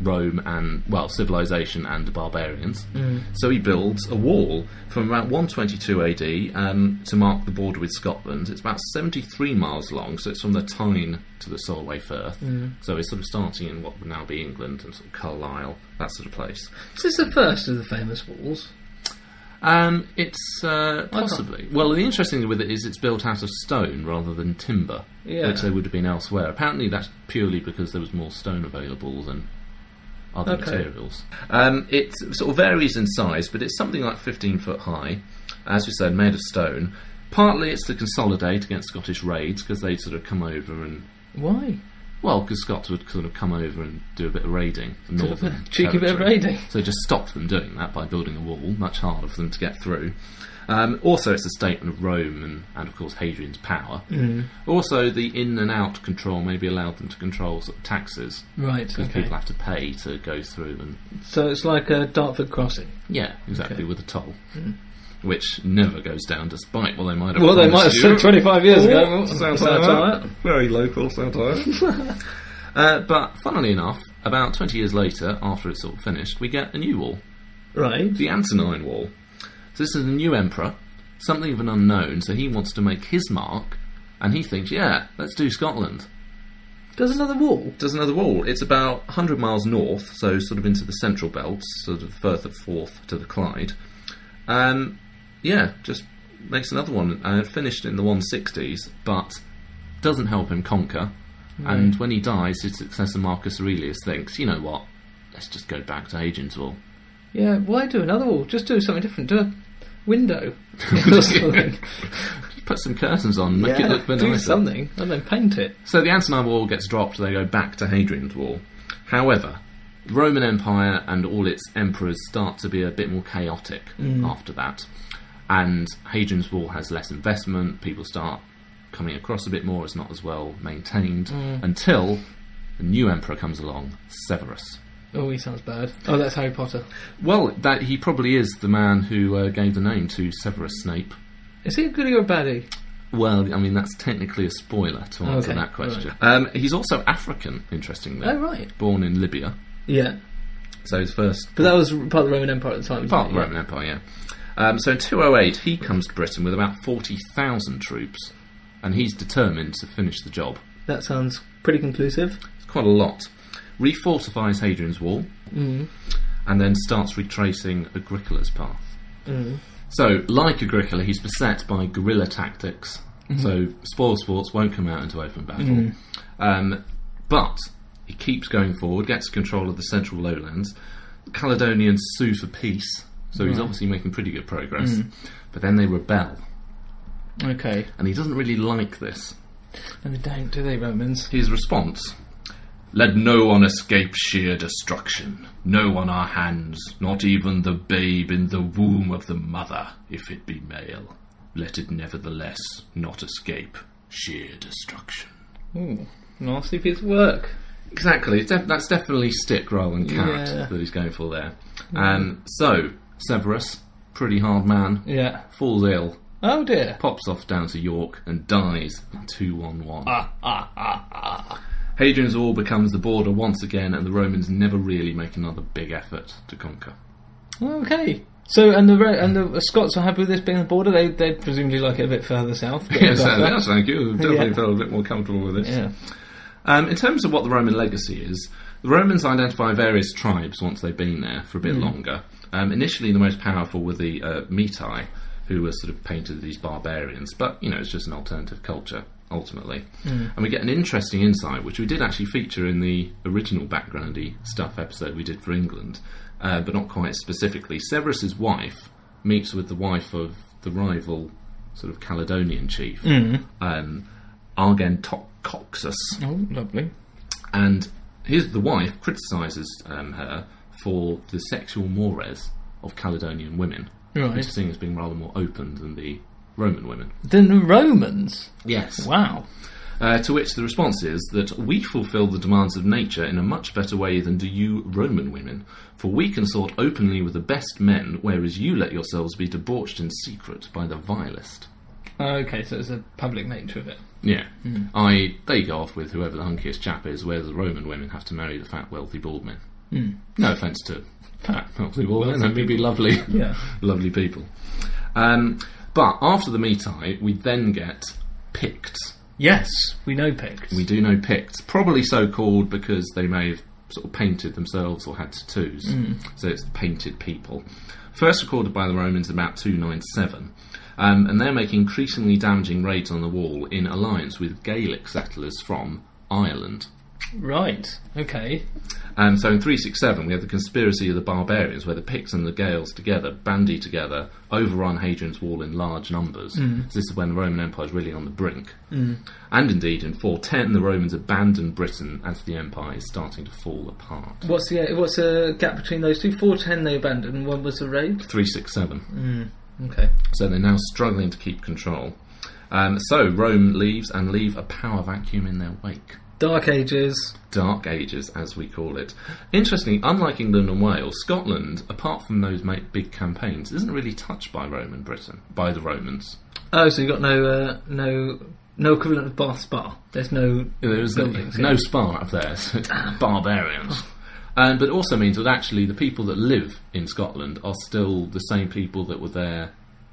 Speaker 3: Rome and, well, civilization and the barbarians.
Speaker 2: Mm.
Speaker 3: So he builds a wall from about 122 AD um, to mark the border with Scotland. It's about 73 miles long, so it's from the Tyne to the Solway Firth.
Speaker 2: Mm.
Speaker 3: So it's sort of starting in what would now be England and sort of Carlisle, that sort of place.
Speaker 2: Is this the first of the famous walls?
Speaker 3: Um, it's uh,
Speaker 2: can't-
Speaker 3: possibly. Well, the interesting thing with it is it's built out of stone rather than timber,
Speaker 2: Yeah.
Speaker 3: which they would have been elsewhere. Apparently, that's purely because there was more stone available than other
Speaker 2: Okay.
Speaker 3: materials. Um, it sort of varies in size, but it's something like 15 foot high, as we said, made of stone. Partly it's to consolidate against Scottish raids because they'd sort of come over and.
Speaker 2: Why?
Speaker 3: Well, because Scots would sort of come over and do a bit of raiding. the
Speaker 2: bit of-
Speaker 3: northern
Speaker 2: cheeky bit of
Speaker 3: territory.
Speaker 2: raiding.
Speaker 3: So just stop them doing that by building a wall, much harder for them to get through. Um, also, it's a statement of Rome and, and of course, Hadrian's power.
Speaker 2: Mm-hmm.
Speaker 3: Also, the in and out control maybe allowed them to control sort of taxes
Speaker 2: Right.
Speaker 3: because
Speaker 2: Okay.
Speaker 3: people have to pay to go through and
Speaker 2: So it's like a Dartford crossing.
Speaker 3: yeah, exactly
Speaker 2: Okay.
Speaker 3: with a toll, which never goes down despite what they might have.
Speaker 2: Well, they might have
Speaker 3: promised
Speaker 2: said
Speaker 3: you.
Speaker 2: 25 years ago.
Speaker 4: sounds
Speaker 2: Sound
Speaker 4: like
Speaker 2: alright?
Speaker 4: that. Very local, sounds like that.
Speaker 3: Uh, but funnily enough, about 20 years later, after it's sort of finished, we get a new wall.
Speaker 2: Right.
Speaker 3: the Antonine Wall. So this is a new emperor, something of an unknown, so he wants to make his mark, and he thinks, yeah, let's do Scotland.
Speaker 2: There's another wall.
Speaker 3: Does another wall. It's about 100 miles north, so sort of into the central belt, sort of Firth of Forth to the Clyde. Um, yeah, just makes another one, uh, finished in the 160s, but doesn't help him conquer. And when he dies, his successor Marcus Aurelius thinks, you know what, let's just go back to Hadrian's Wall.
Speaker 2: Yeah, why do another wall? Just do something different. Do a window. or something.
Speaker 3: Put some curtains on, make it look a bit
Speaker 2: do
Speaker 3: nicer.
Speaker 2: something and then paint it.
Speaker 3: So the Antonine Wall gets dropped, they go back to Hadrian's Wall. However, the Roman Empire and all its emperors start to be a bit more chaotic
Speaker 2: Mm.
Speaker 3: after that. And Hadrian's Wall has less investment, people start coming across a bit more, it's not as well maintained,
Speaker 2: Mm.
Speaker 3: until a new emperor comes along, Severus.
Speaker 2: Oh, he sounds bad. Oh, that's Harry Potter.
Speaker 3: Well, that he probably is the man who uh, gave the name to Severus Snape.
Speaker 2: Is he a goodie or a baddie?
Speaker 3: Well, I mean, that's technically a spoiler to answer
Speaker 2: Okay,
Speaker 3: that question. Um, he's also African, interestingly.
Speaker 2: Oh, right.
Speaker 3: Born in Libya.
Speaker 2: Yeah.
Speaker 3: So his first
Speaker 2: But that was part of the Roman Empire at the time. wasn't
Speaker 3: part of
Speaker 2: it?
Speaker 3: the Roman Empire, yeah. Um, so in 208, he comes to Britain with about 40,000 troops, and he's determined to finish the job.
Speaker 2: That sounds pretty conclusive.
Speaker 3: It's quite a lot. Refortifies Hadrian's Wall, and then starts retracing Agricola's path. So, like Agricola, he's beset by guerrilla tactics. So, spoil sports won't come out into open battle. Um, but he keeps going forward, gets control of the central lowlands. Caledonians sue for peace, so he's obviously making pretty good progress. But then they rebel,
Speaker 2: Okay.
Speaker 3: and he doesn't really like this.
Speaker 2: And they don't, do they, Romans?
Speaker 3: His response Let no one escape sheer destruction, no on our hands, not even the babe in the womb of the mother, if it be male. Let it nevertheless not escape sheer destruction.
Speaker 2: Ooh, nasty piece of work.
Speaker 3: Exactly, it's def- that's definitely stick rather than carrot
Speaker 2: Yeah.
Speaker 3: that he's going for there. Um, so, Severus, pretty hard man,
Speaker 2: Yeah.
Speaker 3: falls ill,
Speaker 2: Oh dear.
Speaker 3: pops off down to York, and dies in 211.
Speaker 2: Ah, ah, ah, ah.
Speaker 3: Hadrian's Wall becomes the border once again, and the Romans never really make another big effort to conquer.
Speaker 2: Okay. So, and the Ro- and the Scots are happy with this being the border. They they presumably like it a bit further south. but
Speaker 3: Yes,
Speaker 2: above
Speaker 3: uh,
Speaker 2: that.
Speaker 3: yes, thank you. I've Definitely
Speaker 2: Yeah.
Speaker 3: felt a bit more comfortable with this.
Speaker 2: Yeah.
Speaker 3: Um, in terms of what the Roman legacy is, the Romans identify various tribes once they've been there for a bit longer. Um, initially, the most powerful were the uh, Metae, who were sort of painted as these barbarians, but you know, it's just an alternative culture. ultimately. And we get an interesting insight, which we did actually feature in the original backgroundy stuff episode we did for England, uh, but not quite specifically. Severus's wife meets with the wife of the rival sort of Caledonian chief, um, Argen Coxus,
Speaker 2: Oh, lovely.
Speaker 3: and his the wife criticizes um, her for the sexual mores of Caledonian women, which
Speaker 2: Right.
Speaker 3: is seen as being rather more open than the Roman women.
Speaker 2: The Romans.
Speaker 3: Yes.
Speaker 2: Wow.
Speaker 3: Uh, to which the response is that we fulfil the demands of nature in a much better way than do you Roman women, for we consort openly with the best men, whereas you let yourselves be debauched in secret by the vilest.
Speaker 2: Okay, so it's a public nature of it.
Speaker 3: Yeah. I they go off with whoever the hunkiest chap is, whereas the Roman women have to marry the fat, wealthy, bald men. No offence to fat, wealthy, bald men, they'd be lovely,
Speaker 2: Yeah.
Speaker 3: lovely people. Um, but after the meetai, we then get Picts.
Speaker 2: Yes, we know Picts.
Speaker 3: We do know Picts, probably so called because they may have sort of painted themselves or had tattoos. So it's the painted people. First recorded by the Romans about 297. Um, and they're making increasingly damaging raids on the wall in alliance with Gaelic settlers from Ireland.
Speaker 2: Right. Okay.
Speaker 3: Um, so in 367, we have the conspiracy of the barbarians, where the Picts and the Gaels together bandy together, overrun Hadrian's Wall in large numbers. So this is when the Roman Empire is really on the brink. And indeed, in 410, the Romans abandon Britain as the empire is starting to fall apart.
Speaker 2: What's the what's the gap between those two? Four ten they abandoned. One was the raid.
Speaker 3: 367.
Speaker 2: Okay.
Speaker 3: So they're now struggling to keep control. Um, so Rome leaves and leave a power vacuum in their wake.
Speaker 2: Dark Ages.
Speaker 3: Dark Ages, as we call it. Interestingly, unlike England and Wales, Scotland, apart from those ma- big campaigns, isn't really touched by Roman Britain, by the Romans.
Speaker 2: Oh, so you got no uh, no no equivalent of Bath Spa. There's no
Speaker 3: There is
Speaker 2: Buildings,
Speaker 3: no
Speaker 2: yeah.
Speaker 3: spa up there, so it's barbarians. Um, but it also means that actually the people that live in Scotland are still the same people that were there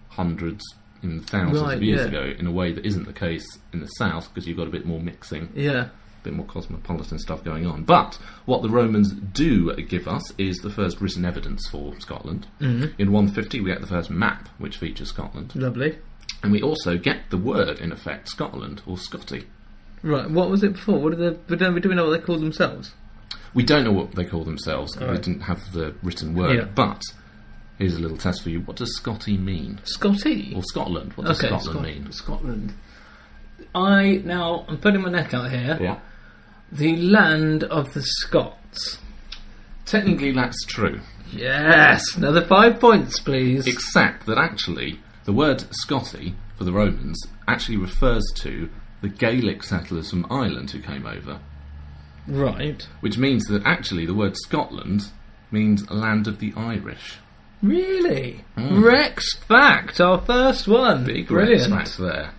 Speaker 3: hundreds and thousands
Speaker 2: Right,
Speaker 3: of years
Speaker 2: yeah.
Speaker 3: ago in a way that isn't the case in the south because you've got a bit more mixing
Speaker 2: yeah.
Speaker 3: bit more cosmopolitan stuff going on. But what the Romans do give us is the first written evidence for Scotland. mm
Speaker 2: Mm-hmm.
Speaker 3: In 150, we get the first map which features Scotland,
Speaker 2: Lovely.
Speaker 3: and we also get the word, in effect, Scotland or Scotty.
Speaker 2: Right. What was it before? What did they? Do we know what they called themselves?
Speaker 3: We don't know what they call themselves. We
Speaker 2: Right.
Speaker 3: didn't have the written word,
Speaker 2: Yeah.
Speaker 3: but here's a little test for you. What does Scotty mean?
Speaker 2: Scotty.
Speaker 3: Or Scotland? What does Scotland
Speaker 2: E. Scot-
Speaker 3: mean?
Speaker 2: Scotland. I now I'm putting my neck out here.
Speaker 3: Yeah.
Speaker 2: The land of the Scots.
Speaker 3: Technically, that's true.
Speaker 2: Yes. Another five points, please.
Speaker 3: Except that actually, the word Scotty for the Romans actually refers to the Gaelic settlers from Ireland who came over,
Speaker 2: right.
Speaker 3: which means that actually the word Scotland means land of the Irish.
Speaker 2: Really? Rex fact. Our first one.
Speaker 3: Hmm. Big
Speaker 2: Brilliant.
Speaker 3: respect there.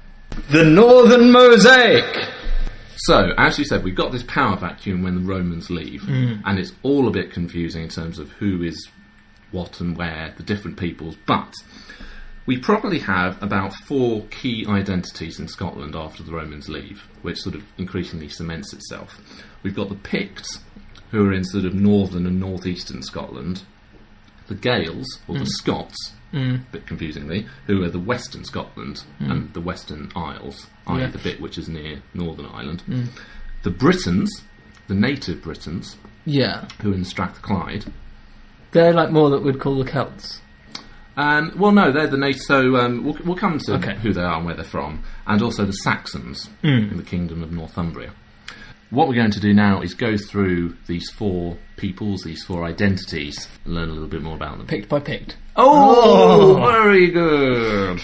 Speaker 4: The Northern Mosaic.
Speaker 3: So, as you said, we've got this power vacuum when the Romans leave, and it's all a bit confusing in terms of who is what and where, the different peoples, but we probably have about four key identities in Scotland after the Romans leave, which sort of increasingly cements itself. We've got the Picts, who are in sort of northern and northeastern Scotland, the Gaels, or the Scots, a bit confusingly, who are the western Scotland and the western Isles, i.e.,
Speaker 2: Yeah.
Speaker 3: the bit which is near Northern Ireland, the Britons, the native Britons,
Speaker 2: Yeah.
Speaker 3: who are in Strathclyde,
Speaker 2: They're like more that we'd call the Celts.
Speaker 3: Um, well, no, they're the NATO. So um, we'll, we'll come to
Speaker 2: Okay.
Speaker 3: who they are and where they're from, and also the Saxons in the Kingdom of Northumbria. What we're going to do now is go through these four peoples, these four identities, and learn a little bit more about them.
Speaker 2: Picked by picked.
Speaker 3: Oh, very good.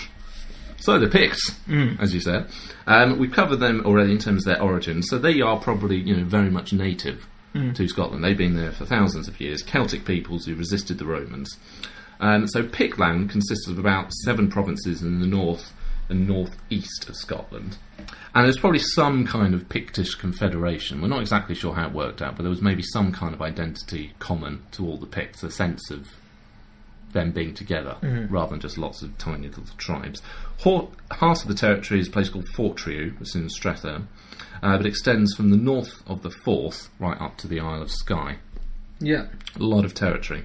Speaker 3: So the Picts, as you said, um, we've covered them already in terms of their origins. So they are probably, you know, very much native to Scotland. They've been there for thousands of years. Celtic peoples who resisted the Romans. Um, so Pictland consists of about seven provinces in the north and northeast of Scotland. And there's probably some kind of Pictish confederation. We're not exactly sure how it worked out, but there was maybe some kind of identity common to all the Picts, a sense of them being together rather than just lots of tiny little tribes. Hor- half of the territory is a place called Fortriu, which is in Streatham, uh, but extends from the north of the Forth right up to the Isle of Skye.
Speaker 2: Yeah.
Speaker 3: A lot of territory.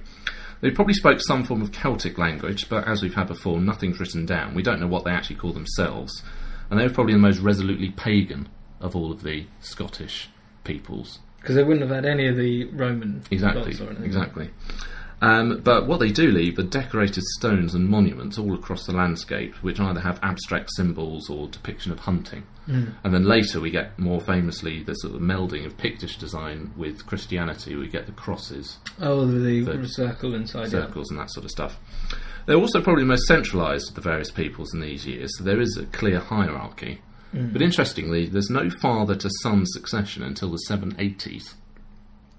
Speaker 3: They probably spoke some form of Celtic language, but as we've had before, nothing's written down. We don't know what they actually call themselves. and they were probably the most resolutely pagan of all of the Scottish peoples.
Speaker 2: Because they wouldn't have had any of the Roman
Speaker 3: Exactly,
Speaker 2: gods or anything.
Speaker 3: exactly. Um, but what they do leave are decorated stones and monuments all across the landscape, which either have abstract symbols or depiction of hunting. And then later we get more famously the sort of melding of Pictish design with Christianity. We get the crosses,
Speaker 2: Oh, the,
Speaker 3: The-
Speaker 2: circle inside out.
Speaker 3: circles, and that sort of stuff. They're also probably the most centralised of the various peoples in these years, so there is a clear hierarchy. But interestingly, there's no father to son succession until the 780s.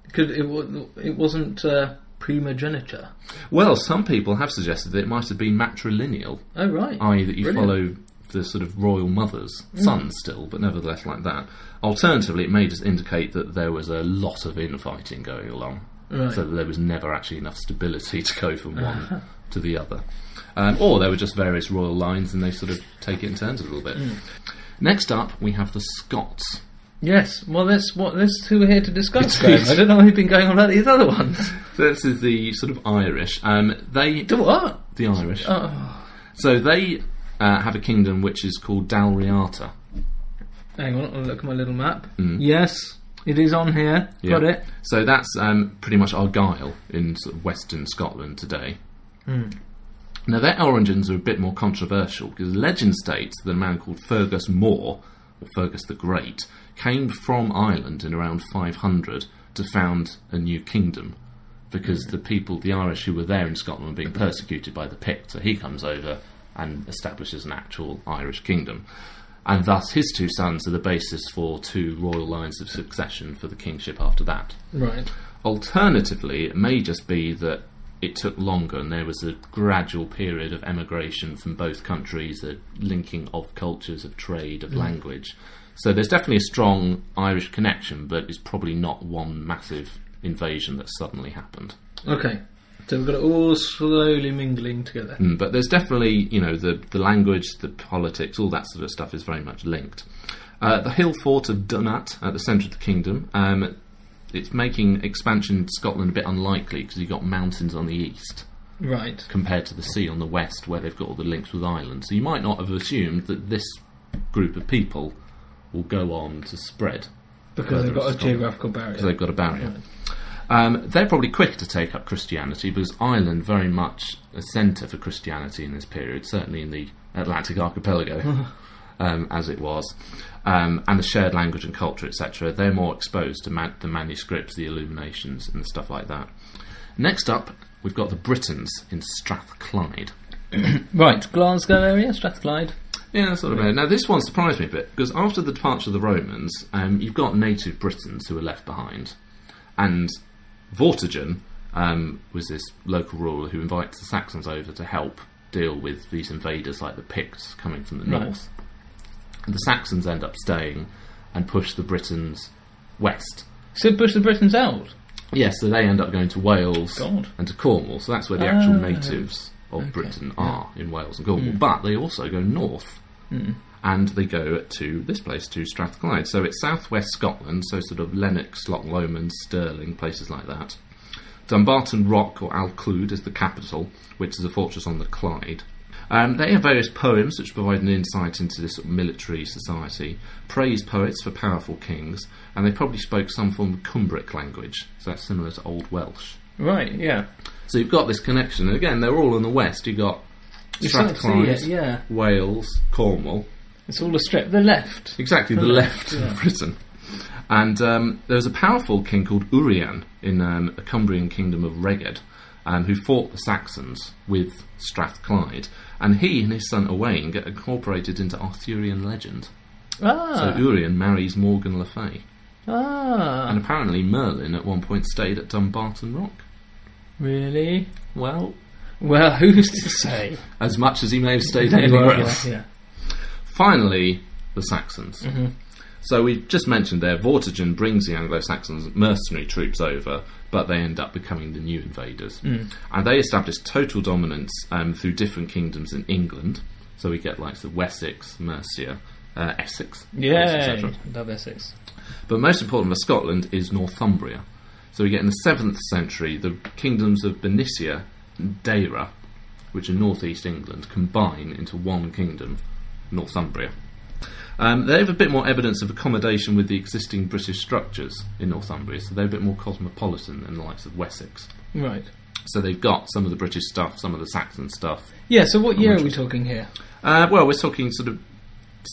Speaker 2: Because it, wa- it wasn't uh, primogeniture.
Speaker 3: Well, some people have suggested that it might have been matrilineal,
Speaker 2: Oh, right.
Speaker 3: i.e., that you
Speaker 2: Brilliant. Mm.
Speaker 3: follow the sort of royal mother's son still, but nevertheless like that. Alternatively, it may just indicate that there was a lot of infighting going along,
Speaker 2: Right. Uh-huh.
Speaker 3: so that there was never actually enough stability to go from one to the other. Um, or there were just various royal lines and they sort of take it in turns a little bit.
Speaker 2: Mm.
Speaker 3: Next up, we have the Scots.
Speaker 2: Yes, well, that's what that's who we're here to discuss.
Speaker 3: Indeed.
Speaker 2: Graham. I don't know why you've been going on about these other ones.
Speaker 3: So this is the sort of Irish. Um, they
Speaker 2: Do what?
Speaker 3: the Irish.
Speaker 2: Oh,
Speaker 3: So they uh, have a kingdom which is called Dalriata.
Speaker 2: hang on, I'll look at my little map. Yes, it is on here. Got
Speaker 3: Mm. Yeah.
Speaker 2: it.
Speaker 3: So that's um, pretty much Argyll in sort of Western Scotland today.
Speaker 2: Hmm.
Speaker 3: Now their origins are a bit more controversial because legend states that a man called Fergus Moore, or Fergus the Great, came from Ireland in around 500 to found a new kingdom because the people, the Irish who were there in Scotland, were being persecuted by the Picts. So he comes over and establishes an actual Irish kingdom. And thus, his two sons are the basis for two royal lines of succession for the kingship after that.
Speaker 2: Right.
Speaker 3: Alternatively, it may just be that it took longer and there was a gradual period of emigration from both countries, a linking of cultures, of trade, of language. So there's definitely a strong Irish connection, but it's probably not one massive invasion that suddenly happened.
Speaker 2: Okay. So we've got it all slowly mingling together.
Speaker 3: Mm, but there's definitely, you know, the, the language, the politics, all that sort of stuff is very much linked. Uh, the hill fort of Dunat at the centre of the kingdom, um, it's making expansion into Scotland a bit unlikely because you've got mountains on the east
Speaker 2: Right.
Speaker 3: compared to the sea on the west where they've got all the links with Ireland. So you might not have assumed that this group of people will go on to spread
Speaker 2: Because
Speaker 3: Further
Speaker 2: they've got a
Speaker 3: Scotland.
Speaker 2: geographical barrier.
Speaker 3: because they've got a barrier. Um, they're probably quick to take up Christianity because Ireland very much a centre for Christianity in this period, certainly in the Atlantic archipelago, um, as it was, um, and the shared language and culture, etc. They're more exposed to man- the manuscripts, the illuminations, and stuff like that. Next up, we've got the Britons in Strathclyde.
Speaker 2: Right. Glasgow area, Strathclyde.
Speaker 3: Yeah, that's sort of. area. Now, this one surprised me a bit because after the departure of the Romans, um, you've got native Britons who are left behind, and Vortigern um, was this local ruler who invites the Saxons over to help deal with these invaders like the Picts coming from the
Speaker 2: Right.
Speaker 3: north. And the Saxons end up staying and push the Britons west.
Speaker 2: So push the Britons out.
Speaker 3: Yes, so they end up going to Wales
Speaker 2: God.
Speaker 3: and to Cornwall. So that's where the actual
Speaker 2: Ah,
Speaker 3: natives of Britain are in Wales and Cornwall. But they also go north. And they go to this place, to Strathclyde. So it's southwest Scotland, so sort of Lennox, Loch Lomond, Stirling, places like that. Dumbarton Rock or Alclude is the capital, which is a fortress on the Clyde. Um, they have various poems which provide an insight into this sort of military society, praise poets for powerful kings, and they probably spoke some form of Cumbric language, so that's similar to Old Welsh.
Speaker 2: Right. Yeah.
Speaker 3: So you've got this connection, and again, they're all in the west. You've got
Speaker 2: You sort of see
Speaker 3: Strathclyde,
Speaker 2: it, yeah.
Speaker 3: Wales, Cornwall,
Speaker 2: It's all a strip. The left.
Speaker 3: exactly the left of Britain. And um, there was a powerful king called Urian in um, the Cumbrian kingdom of Reged, um, who fought the Saxons with Strathclyde. And he and his son Owain get incorporated into Arthurian legend. So
Speaker 2: Ah.
Speaker 3: Urian marries Morgan Le Fay.
Speaker 2: ah.
Speaker 3: And apparently Merlin at one point stayed at Dumbarton Rock.
Speaker 2: Really?
Speaker 3: Well,
Speaker 2: Well, who's to say?
Speaker 3: as much as he may have stayed anywhere
Speaker 2: Yeah,
Speaker 3: else.
Speaker 2: Yeah.
Speaker 3: Finally, the Saxons. So we just mentioned there, Vortigern brings the Anglo-Saxons mercenary troops over, but they end up becoming the new invaders, and they establish total dominance um, through different kingdoms in England. So we get likes of Wessex, Mercia, uh, Essex,
Speaker 2: Yeah.
Speaker 3: etc.
Speaker 2: Love Essex.
Speaker 3: But most important for Scotland is Northumbria. So we get in the 7th century the kingdoms of Benicia and Deira, which are northeast England, combine into one kingdom, Northumbria. Um, they have a bit more evidence of accommodation with the existing British structures in Northumbria, so they're a bit more cosmopolitan than the likes of Wessex.
Speaker 2: Right.
Speaker 3: So they've got some of the British stuff, some of the Saxon stuff.
Speaker 2: Yeah, so what year are we talking here?
Speaker 3: Uh, well, we're talking sort of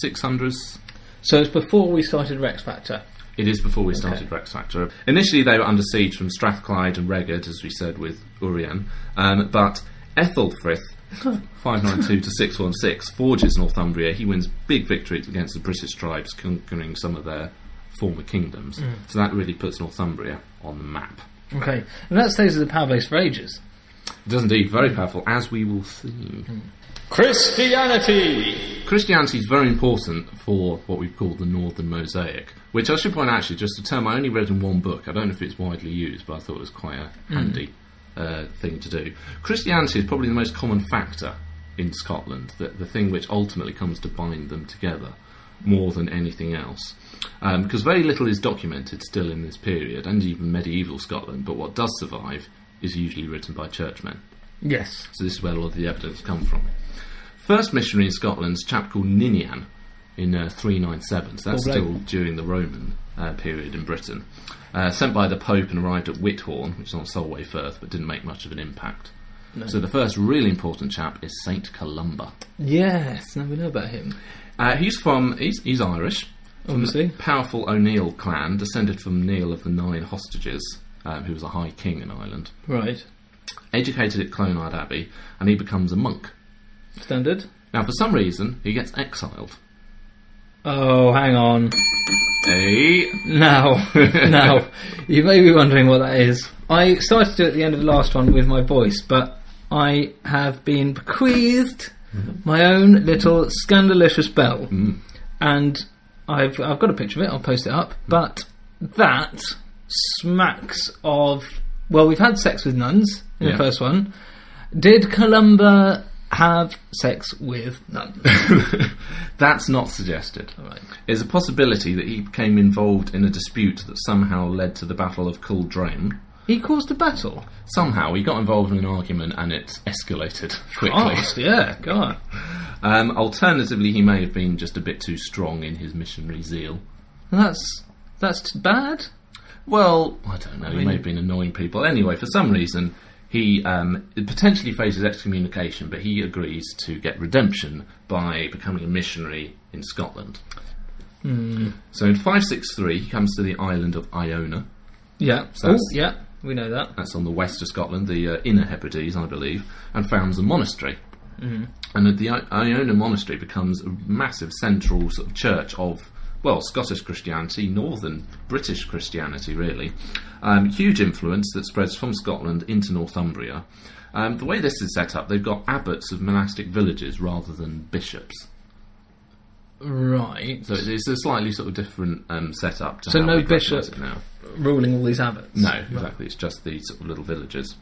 Speaker 3: 600s,
Speaker 2: So it's before we started Rex Factor.
Speaker 3: It is before we started Rex Factor. Initially, they were under siege from Strathclyde and Regard, as we said with Urien, um, but Ethelfrith. 592 to 616 forges Northumbria. He wins big victories against the British tribes, conquering some of their former kingdoms. So that really puts Northumbria on the map.
Speaker 2: Okay. And that stays as a power base for ages.
Speaker 3: It does indeed, very powerful, as we will see.
Speaker 4: Christianity!
Speaker 3: Christianity is very important for what we've called the Northern Mosaic, which I should point out actually just a term I only read in one book. I don't know if it's widely used, but I thought it was quite a handy uh, thing to do. Christianity is probably the most common factor in Scotland, the, the thing which ultimately comes to bind them together more than anything else. Um, because very little is documented still in this period, and even medieval Scotland, but what does survive is usually written by churchmen.
Speaker 2: Yes.
Speaker 3: So this is where all the evidence come from. First missionary in Scotland's a chap called Ninian in uh, 397. So that's
Speaker 2: All right.
Speaker 3: still during the Roman uh, period in Britain. Uh, sent by the Pope and arrived at Whithorn, which is on Solway Firth, but didn't make much of an impact. So the first really important chap is Saint Columba.
Speaker 2: Yes, now we know about him.
Speaker 3: Uh, he's from he's, he's Irish, from
Speaker 2: Obviously.
Speaker 3: the powerful O'Neill clan, descended from Neil of the Nine Hostages, um, who was a high king in Ireland.
Speaker 2: Right.
Speaker 3: Educated at Clonard Abbey, and he becomes a monk.
Speaker 2: Standard.
Speaker 3: Now, for some reason, he gets exiled.
Speaker 2: Oh, hang on.
Speaker 3: Eh?
Speaker 2: Now, now, you may be wondering what that is. I started to at the end of the last one with my voice, but I have been bequeathed my own little scandalicious bell, and I've I've got a picture of it. I'll post it up. But that smacks of well, we've had sex with nuns in
Speaker 3: Yeah.
Speaker 2: the first one. Did Columba have sex with nuns?
Speaker 3: That's not suggested.
Speaker 2: All right.
Speaker 3: There's a possibility that he became involved in a dispute that somehow led to the Battle of Culdrain.
Speaker 2: He caused a battle.
Speaker 3: Somehow, he got involved in an argument and it escalated quickly.
Speaker 2: Oh, yeah, God.
Speaker 3: Um, alternatively, he may have been just a bit too strong in his missionary zeal.
Speaker 2: That's that's t- bad.
Speaker 3: Well, I don't know. he may have been annoying people. Anyway, for some reason, he um, potentially faces excommunication, but he agrees to get redemption by becoming a missionary in Scotland. So in 563, he comes to the island of Iona.
Speaker 2: Yeah.
Speaker 3: So
Speaker 2: oh,
Speaker 3: that's-
Speaker 2: yeah. We know that.
Speaker 3: That's on the west of Scotland, the uh, Inner Hebrides, I believe, and founds a monastery.
Speaker 2: Mm-hmm.
Speaker 3: And the I- Iona monastery becomes a massive central sort of church of, well, Scottish Christianity, northern British Christianity, really. Um, huge influence that spreads from Scotland into Northumbria. Um, the way this is set up, they've got abbots of monastic villages rather than bishops.
Speaker 2: Right.
Speaker 3: So it's a slightly sort of different um, setup to
Speaker 2: So
Speaker 3: how
Speaker 2: no
Speaker 3: we recognise
Speaker 2: bishop.
Speaker 3: it now.
Speaker 2: Ruling all these abbots.
Speaker 3: No, exactly. It's just these sort of little villages.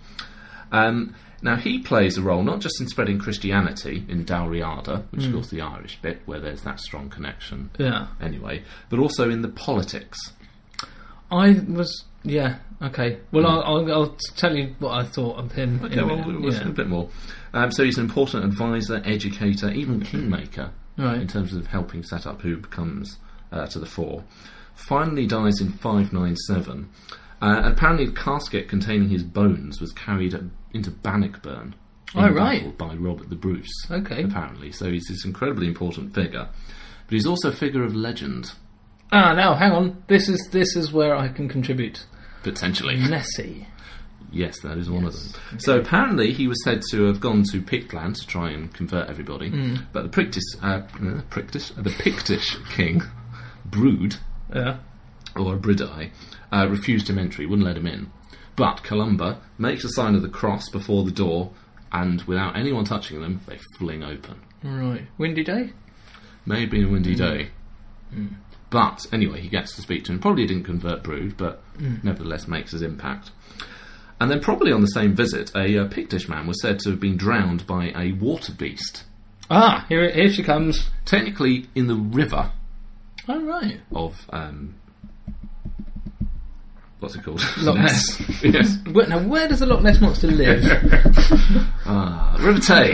Speaker 3: Um, now he plays a role not just in spreading Christianity in Dalriada, which is of course the Irish bit where there's that strong connection.
Speaker 2: Yeah.
Speaker 3: Anyway, but also in the politics.
Speaker 2: I was. Yeah. Okay. Well, I'll, I'll, I'll tell you what I thought of him. in
Speaker 3: Yeah,
Speaker 2: a
Speaker 3: well,
Speaker 2: minute.
Speaker 3: we'll see
Speaker 2: Yeah.
Speaker 3: a bit more. Um, so he's an important advisor, educator, even kingmaker
Speaker 2: Right.
Speaker 3: in terms of helping set up who comes uh, to the fore. Finally, dies in 597. Uh, apparently, the casket containing his bones was carried into Bannockburn. in
Speaker 2: Oh, right.
Speaker 3: battle By Robert the Bruce.
Speaker 2: Okay.
Speaker 3: Apparently, so he's this incredibly important figure, but he's also a figure of legend
Speaker 2: Ah, now hang on. This is this is where I can contribute.
Speaker 3: potentially.
Speaker 2: Nessie.
Speaker 3: Yes, that is one of them. So apparently he was said to have gone to Pictland to try and convert everybody, but the Pictish, uh, uh, Pictish, the Pictish king, Brood
Speaker 2: Yeah.
Speaker 3: or Bridai, uh, refused him entry, wouldn't let him in. But Columba makes a sign of the cross before the door, and without anyone touching them, they fling open.
Speaker 2: Right. Windy day.
Speaker 3: May have been a
Speaker 2: Mm.
Speaker 3: windy day. But anyway, he gets to speak to him. Probably didn't convert Brood, but
Speaker 2: Mm.
Speaker 3: nevertheless makes his impact. And then, probably on the same visit, a uh, Pictish man was said to have been drowned by a water beast,
Speaker 2: Ah, here it- here she comes.
Speaker 3: technically in the river
Speaker 2: All right.
Speaker 3: of. Um, what's it called?
Speaker 2: Loch Ness.
Speaker 3: yes.
Speaker 2: Where, now, where does the Loch Ness monster live?
Speaker 3: River Tay.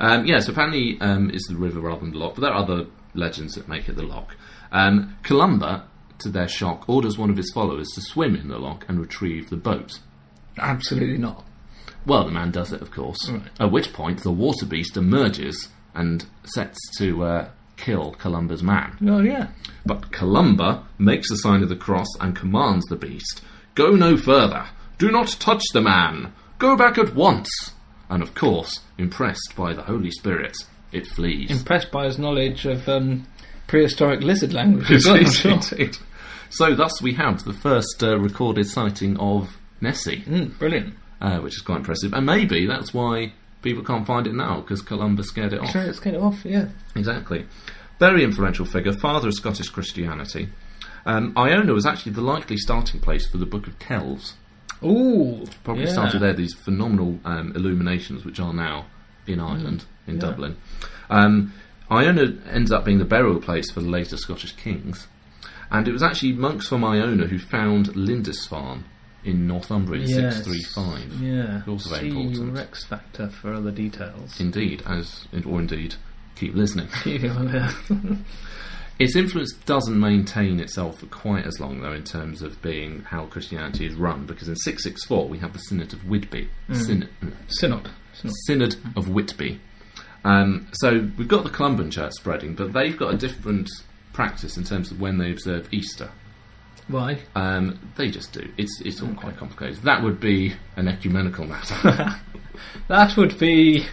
Speaker 3: um, yeah, so apparently um, it's the river rather than the lock, but there are other legends that make it the loch. Um, Columba, to their shock, orders one of his followers to swim in the loch and retrieve the boat.
Speaker 2: Absolutely not.
Speaker 3: Well, the man does it, of course. At which point, the water beast emerges and sets to uh, kill Columba's man.
Speaker 2: Oh yeah.
Speaker 3: But Columba makes the sign of the cross and commands the beast Go no further! Do not touch the man! Go back at once! And of course, impressed by the Holy Spirit, it flees.
Speaker 2: Impressed by his knowledge of um, prehistoric lizard language. as well, I'm sure.
Speaker 3: Indeed. so, thus, we have the first uh, recorded sighting of Nessie,
Speaker 2: Mm, brilliant.
Speaker 3: uh, which is quite impressive. And maybe that's why people can't find it now, because Columba scared it off.
Speaker 2: So it's kind of off. Yeah.
Speaker 3: Exactly. Very influential figure, father of Scottish Christianity. Um, Iona was actually the likely starting place for the Book of Kells.
Speaker 2: Ooh.
Speaker 3: Probably
Speaker 2: yeah.
Speaker 3: started there, these phenomenal um, illuminations which are now in
Speaker 2: Mm-hmm.
Speaker 3: Ireland, in Dublin. Um, Iona ends up being the burial place for the later Scottish kings. And it was actually monks from Iona who found Lindisfarne in Northumbria,
Speaker 2: Yes.
Speaker 3: 635.
Speaker 2: Yeah.
Speaker 3: Also very
Speaker 2: See
Speaker 3: important.
Speaker 2: Rex Factor for other details.
Speaker 3: Indeed, as or indeed, keep listening.
Speaker 2: Yeah.
Speaker 3: Its influence doesn't maintain itself for quite as long, though, in terms of being how Christianity is run, because in 664 we have the Synod of Whitby.
Speaker 2: Mm.
Speaker 3: Syn-
Speaker 2: Synod. Synod.
Speaker 3: Synod of Whitby. Um, so we've got the Columban Church spreading, but they've got a different practice in terms of when they observe Easter.
Speaker 2: Why?
Speaker 3: Um, they just do. It's, it's all quite complicated. That would be an ecumenical matter.
Speaker 2: That would be.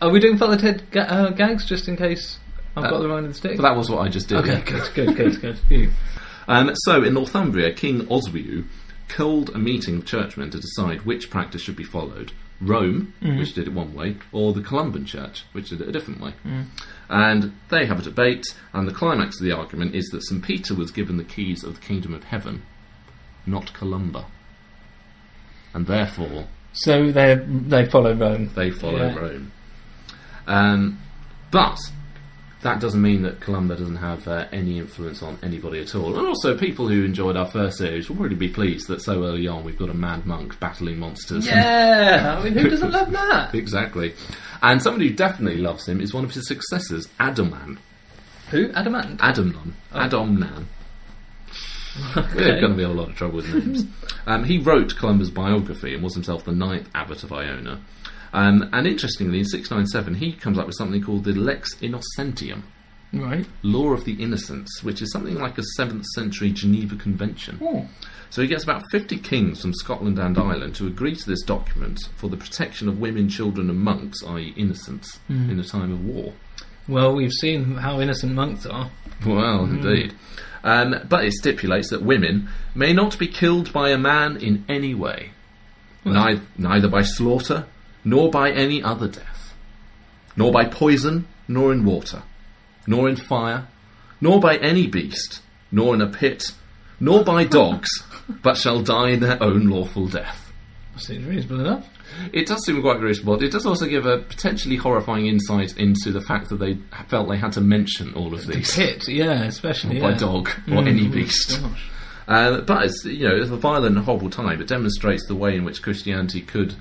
Speaker 2: Are we doing feather head ga- uh, gags just in case I've got the wrong end of the stick?
Speaker 3: but that was what I just did.
Speaker 2: okay,
Speaker 3: yeah.
Speaker 2: good, good, good, good. You.
Speaker 3: Um, so, in Northumbria, King Oswiu called a meeting of churchmen to decide which practice should be followed Rome, which did it one way, or the Columban Church, which did it a different way. And they have a debate, and the climax of the argument is that St. Peter was given the keys of the kingdom of heaven, not Columba. And therefore,
Speaker 2: So they they follow Rome.
Speaker 3: they follow
Speaker 2: Yeah.
Speaker 3: Rome. Um, but that doesn't mean that Columba doesn't have uh, any influence on anybody at all. And also, people who enjoyed our first series will really be pleased that so early on we've got a mad monk battling monsters.
Speaker 2: Yeah, I mean, who doesn't love that?
Speaker 3: exactly. And somebody who definitely loves him is one of his successors, Adamnan.
Speaker 2: Who? Adamant.
Speaker 3: Adamnan. Adamnan. We're going to be in a lot of trouble with names. um, he wrote Columba's biography and was himself the ninth abbot of Iona. Um, and interestingly, in 697, he comes up with something called the Lex Innocentium,
Speaker 2: Right.
Speaker 3: Law of the Innocents, which is something like a 7th century Geneva Convention.
Speaker 2: Oh.
Speaker 3: So he gets about 50 kings from Scotland and Ireland to agree to this document for the protection of women, children, and monks, i.e., innocents, in a time of war.
Speaker 2: Well, we've seen how innocent monks are.
Speaker 3: Well, indeed. Um, but it stipulates that women may not be killed by a man in any way, nei- neither by slaughter, nor by any other death, nor by poison, nor in water, nor in fire, nor by any beast, nor in a pit, nor by dogs, but shall die in their own lawful death.
Speaker 2: Seems reasonable enough.
Speaker 3: It does seem quite reasonable. It does also give a potentially horrifying insight into the fact that they felt they had to mention all of these
Speaker 2: Hit, yeah, especially.
Speaker 3: by
Speaker 2: yeah.
Speaker 3: dog or any
Speaker 2: Mm,
Speaker 3: beast.
Speaker 2: gosh.
Speaker 3: Uh, but it's you know it's a violent and horrible time. It demonstrates the way in which Christianity could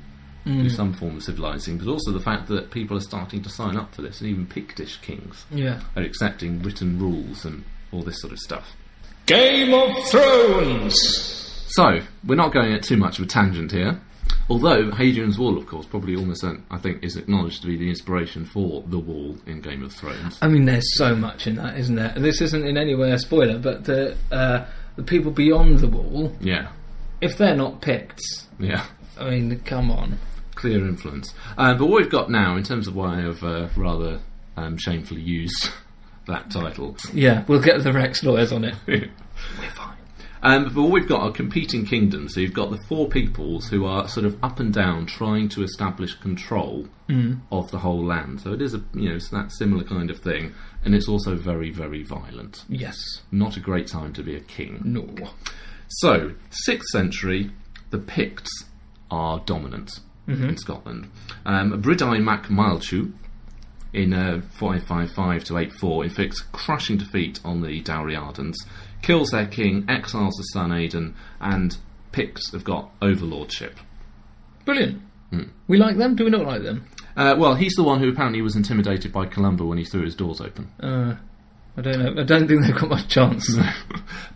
Speaker 3: do some form of civilizing, but also the fact that people are starting to sign up for this, and even Pictish kings
Speaker 2: Yeah.
Speaker 3: are accepting written rules and all this sort of stuff.
Speaker 4: Game of Thrones!
Speaker 3: So we're not going at too much of a tangent here. Although Hadrian's Wall, of course, probably almost certain- I think is acknowledged to be the inspiration for the wall in Game of Thrones.
Speaker 2: I mean, there's so much in that, isn't there? This isn't in any way a spoiler, but the uh, the people beyond the wall,
Speaker 3: Yeah,
Speaker 2: if they're not picked,
Speaker 3: yeah.
Speaker 2: I mean, come on.
Speaker 3: clear influence. Um, but what we've got now, in terms of why I've uh, rather um, shamefully used that title,
Speaker 2: Yeah, we'll get the Rex lawyers on it.
Speaker 3: um, but what we've got are competing kingdoms. So you've got the four peoples who are sort of up and down, trying to establish control of the whole land. So it is a you know it's that similar kind of thing, and it's also very very violent.
Speaker 2: Yes.
Speaker 3: Not a great time to be a king.
Speaker 2: No.
Speaker 3: So, 6th century, the Picts are dominant in Scotland. Um, Bridai Mac Milchu in uh, 555 to 84 inflicts crushing defeat on the Dalriadans, kills their king, exiles the son Aidan, and Picts have got overlordship.
Speaker 2: Brilliant.
Speaker 3: Hmm.
Speaker 2: We like them? Do we not like them?
Speaker 3: Uh, well, he's the one who apparently was intimidated by Columba when he threw his doors open.
Speaker 2: Uh, I don't know. I don't think they've got much chance.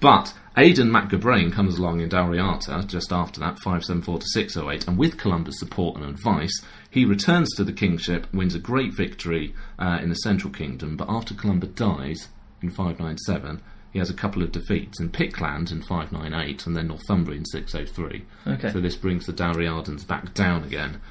Speaker 3: But Aidan McGobrain comes along in Dalriata just after that, 574 to 608, and with Columbus' support and advice, he returns to the kingship, wins a great victory uh, in the Central Kingdom. But after Columba dies in 597, he has a couple of defeats in Pictland in 598 and then Northumbria in 603.
Speaker 2: Okay.
Speaker 3: So this brings the Dalriadans back down again,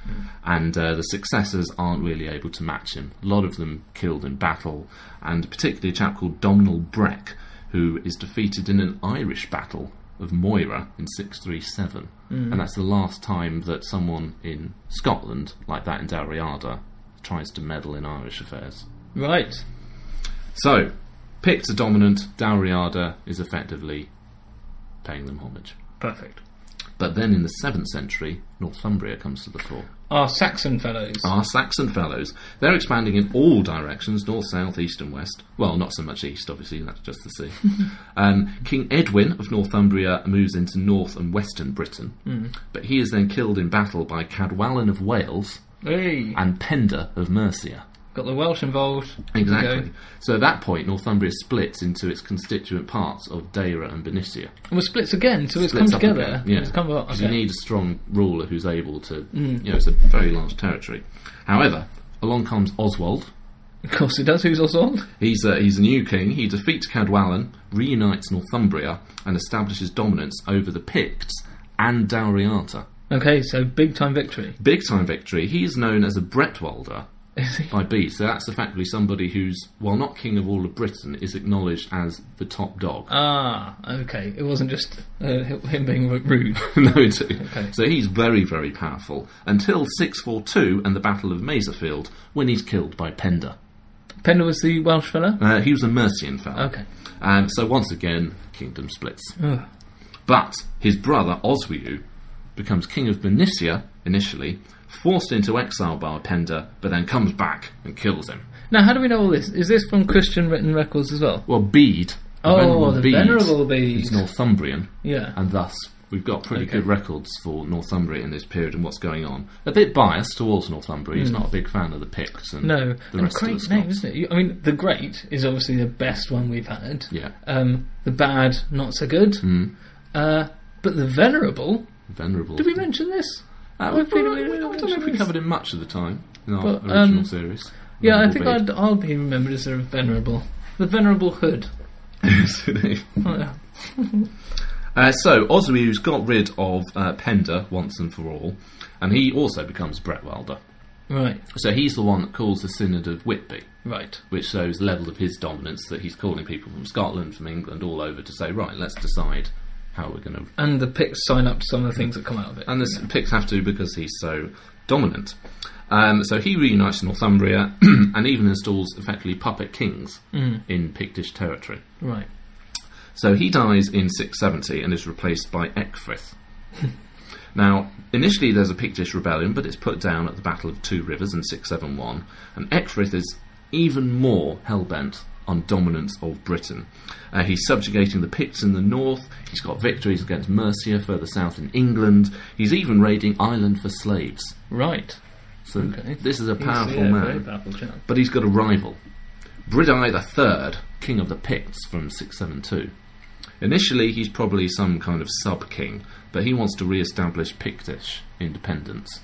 Speaker 3: and uh, the successors aren't really able to match him. A lot of them killed in battle, and particularly a chap called Domnall Breck, who is defeated in an Irish battle of Moira in 637. And that's the last time that someone in Scotland, like that in Dalriada, tries to meddle in Irish affairs.
Speaker 2: right.
Speaker 3: So, Picts are dominant, Dalriada is effectively paying them homage.
Speaker 2: Perfect.
Speaker 3: But then in the 7th century, Northumbria comes to the fore.
Speaker 2: Our Saxon fellows.
Speaker 3: Our Saxon fellows. They're expanding in all directions north, south, east, and west. Well, not so much east, obviously, that's just the sea. um, King Edwin of Northumbria moves into north and western Britain,
Speaker 2: Hmm.
Speaker 3: but he is then killed in battle by Cadwallon of Wales
Speaker 2: Hey,
Speaker 3: and Penda of Mercia.
Speaker 2: got the Welsh involved.
Speaker 3: Exactly.
Speaker 2: Okay.
Speaker 3: So at that point, Northumbria splits into its constituent parts of Deira and Benicia.
Speaker 2: And we're splits again, so it's
Speaker 3: Splits
Speaker 2: come
Speaker 3: up
Speaker 2: together.
Speaker 3: again, Yeah,
Speaker 2: It's come up.
Speaker 3: 'Cause
Speaker 2: Okay. Hmm.
Speaker 3: you need a strong ruler who's able to. You know, it's a very large territory. However, along comes Oswald.
Speaker 2: of course it does. Who's Oswald?
Speaker 3: He's a, he's a new king. He defeats Cadwallon, reunites Northumbria, and establishes dominance over the Picts and Dalriata.
Speaker 2: Okay, so big time victory.
Speaker 3: Big time victory. He is known as a Bretwalder by Bede. So that's effectively somebody who's, while not king of all of Britain, is acknowledged as the top dog.
Speaker 2: ah, okay. It wasn't just uh, him being rude.
Speaker 3: no, two. So he's very, very powerful until 642 and the Battle of Maserfield, when he's killed by Penda.
Speaker 2: Pender was the Welsh fellow.
Speaker 3: Uh, he was a Mercian fellow.
Speaker 2: Okay.
Speaker 3: Um, so once again, kingdom splits.
Speaker 2: Ugh.
Speaker 3: But his brother Oswiu becomes king of Benicia initially, forced into exile by Penda, but then comes back and kills him.
Speaker 2: Now, how do we know all this? Is this from Christian written records as well?
Speaker 3: Well, Bede, the
Speaker 2: Oh,
Speaker 3: venerable
Speaker 2: the
Speaker 3: Bede,
Speaker 2: venerable Bede.
Speaker 3: is Northumbrian,
Speaker 2: Yeah.
Speaker 3: and thus we've got pretty
Speaker 2: Okay.
Speaker 3: good records for Northumbria in this period and what's going on. A bit biased towards Northumbria, he's not a big fan of the Picts and
Speaker 2: Hmm. no,
Speaker 3: the
Speaker 2: and
Speaker 3: rest
Speaker 2: great
Speaker 3: of the Scots.
Speaker 2: name, isn't it? You- I mean, the great is obviously the best one we've had.
Speaker 3: Yeah, Hmm.
Speaker 2: Um, the bad, not so good. Uh, but the venerable.
Speaker 3: venerable.
Speaker 2: Did we mention this?
Speaker 3: Uh,
Speaker 2: we-
Speaker 3: we probably-
Speaker 2: we-
Speaker 3: we- I don't know if we covered it much at the time in our
Speaker 2: But, um,
Speaker 3: original series.
Speaker 2: Yeah, I
Speaker 3: Venerable
Speaker 2: think
Speaker 3: Bede.
Speaker 2: I'd, I'll be remembered as a venerable. The venerable hood. Oh, yeah.
Speaker 3: Uh, so Oswiu's got rid of uh, Penda once and for all, and he also becomes Bretwalder.
Speaker 2: Right,
Speaker 3: So he's the one that calls the Synod of Whitby,
Speaker 2: right.
Speaker 3: which shows the level of his dominance that he's calling people from Scotland, from England, all over to say, right, let's decide how we're going to.
Speaker 2: And the Picts sign up to some of the things that come out of it.
Speaker 3: And the Picts have to because he's so dominant. Um, so he reunites Northumbria and even installs effectively puppet kings in Pictish territory.
Speaker 2: right.
Speaker 3: So he dies in 670 and is replaced by Ecgfrith. now, initially there's a Pictish rebellion, but it's put down at the Battle of Two Rivers in 671, and Ecgfrith is even more hellbent on dominance of Britain. Uh, he's subjugating the Picts in the north, he's got victories against Mercia further south in England, he's even raiding Ireland for slaves.
Speaker 2: Right.
Speaker 3: So
Speaker 2: Okay.
Speaker 3: this is a
Speaker 2: He's,
Speaker 3: powerful
Speaker 2: yeah,
Speaker 3: man
Speaker 2: Very powerful chap.
Speaker 3: but he's got a rival. Bridai III, king of the Picts from 672. Initially, he's probably some kind of sub king, but he wants to re establish Pictish independence.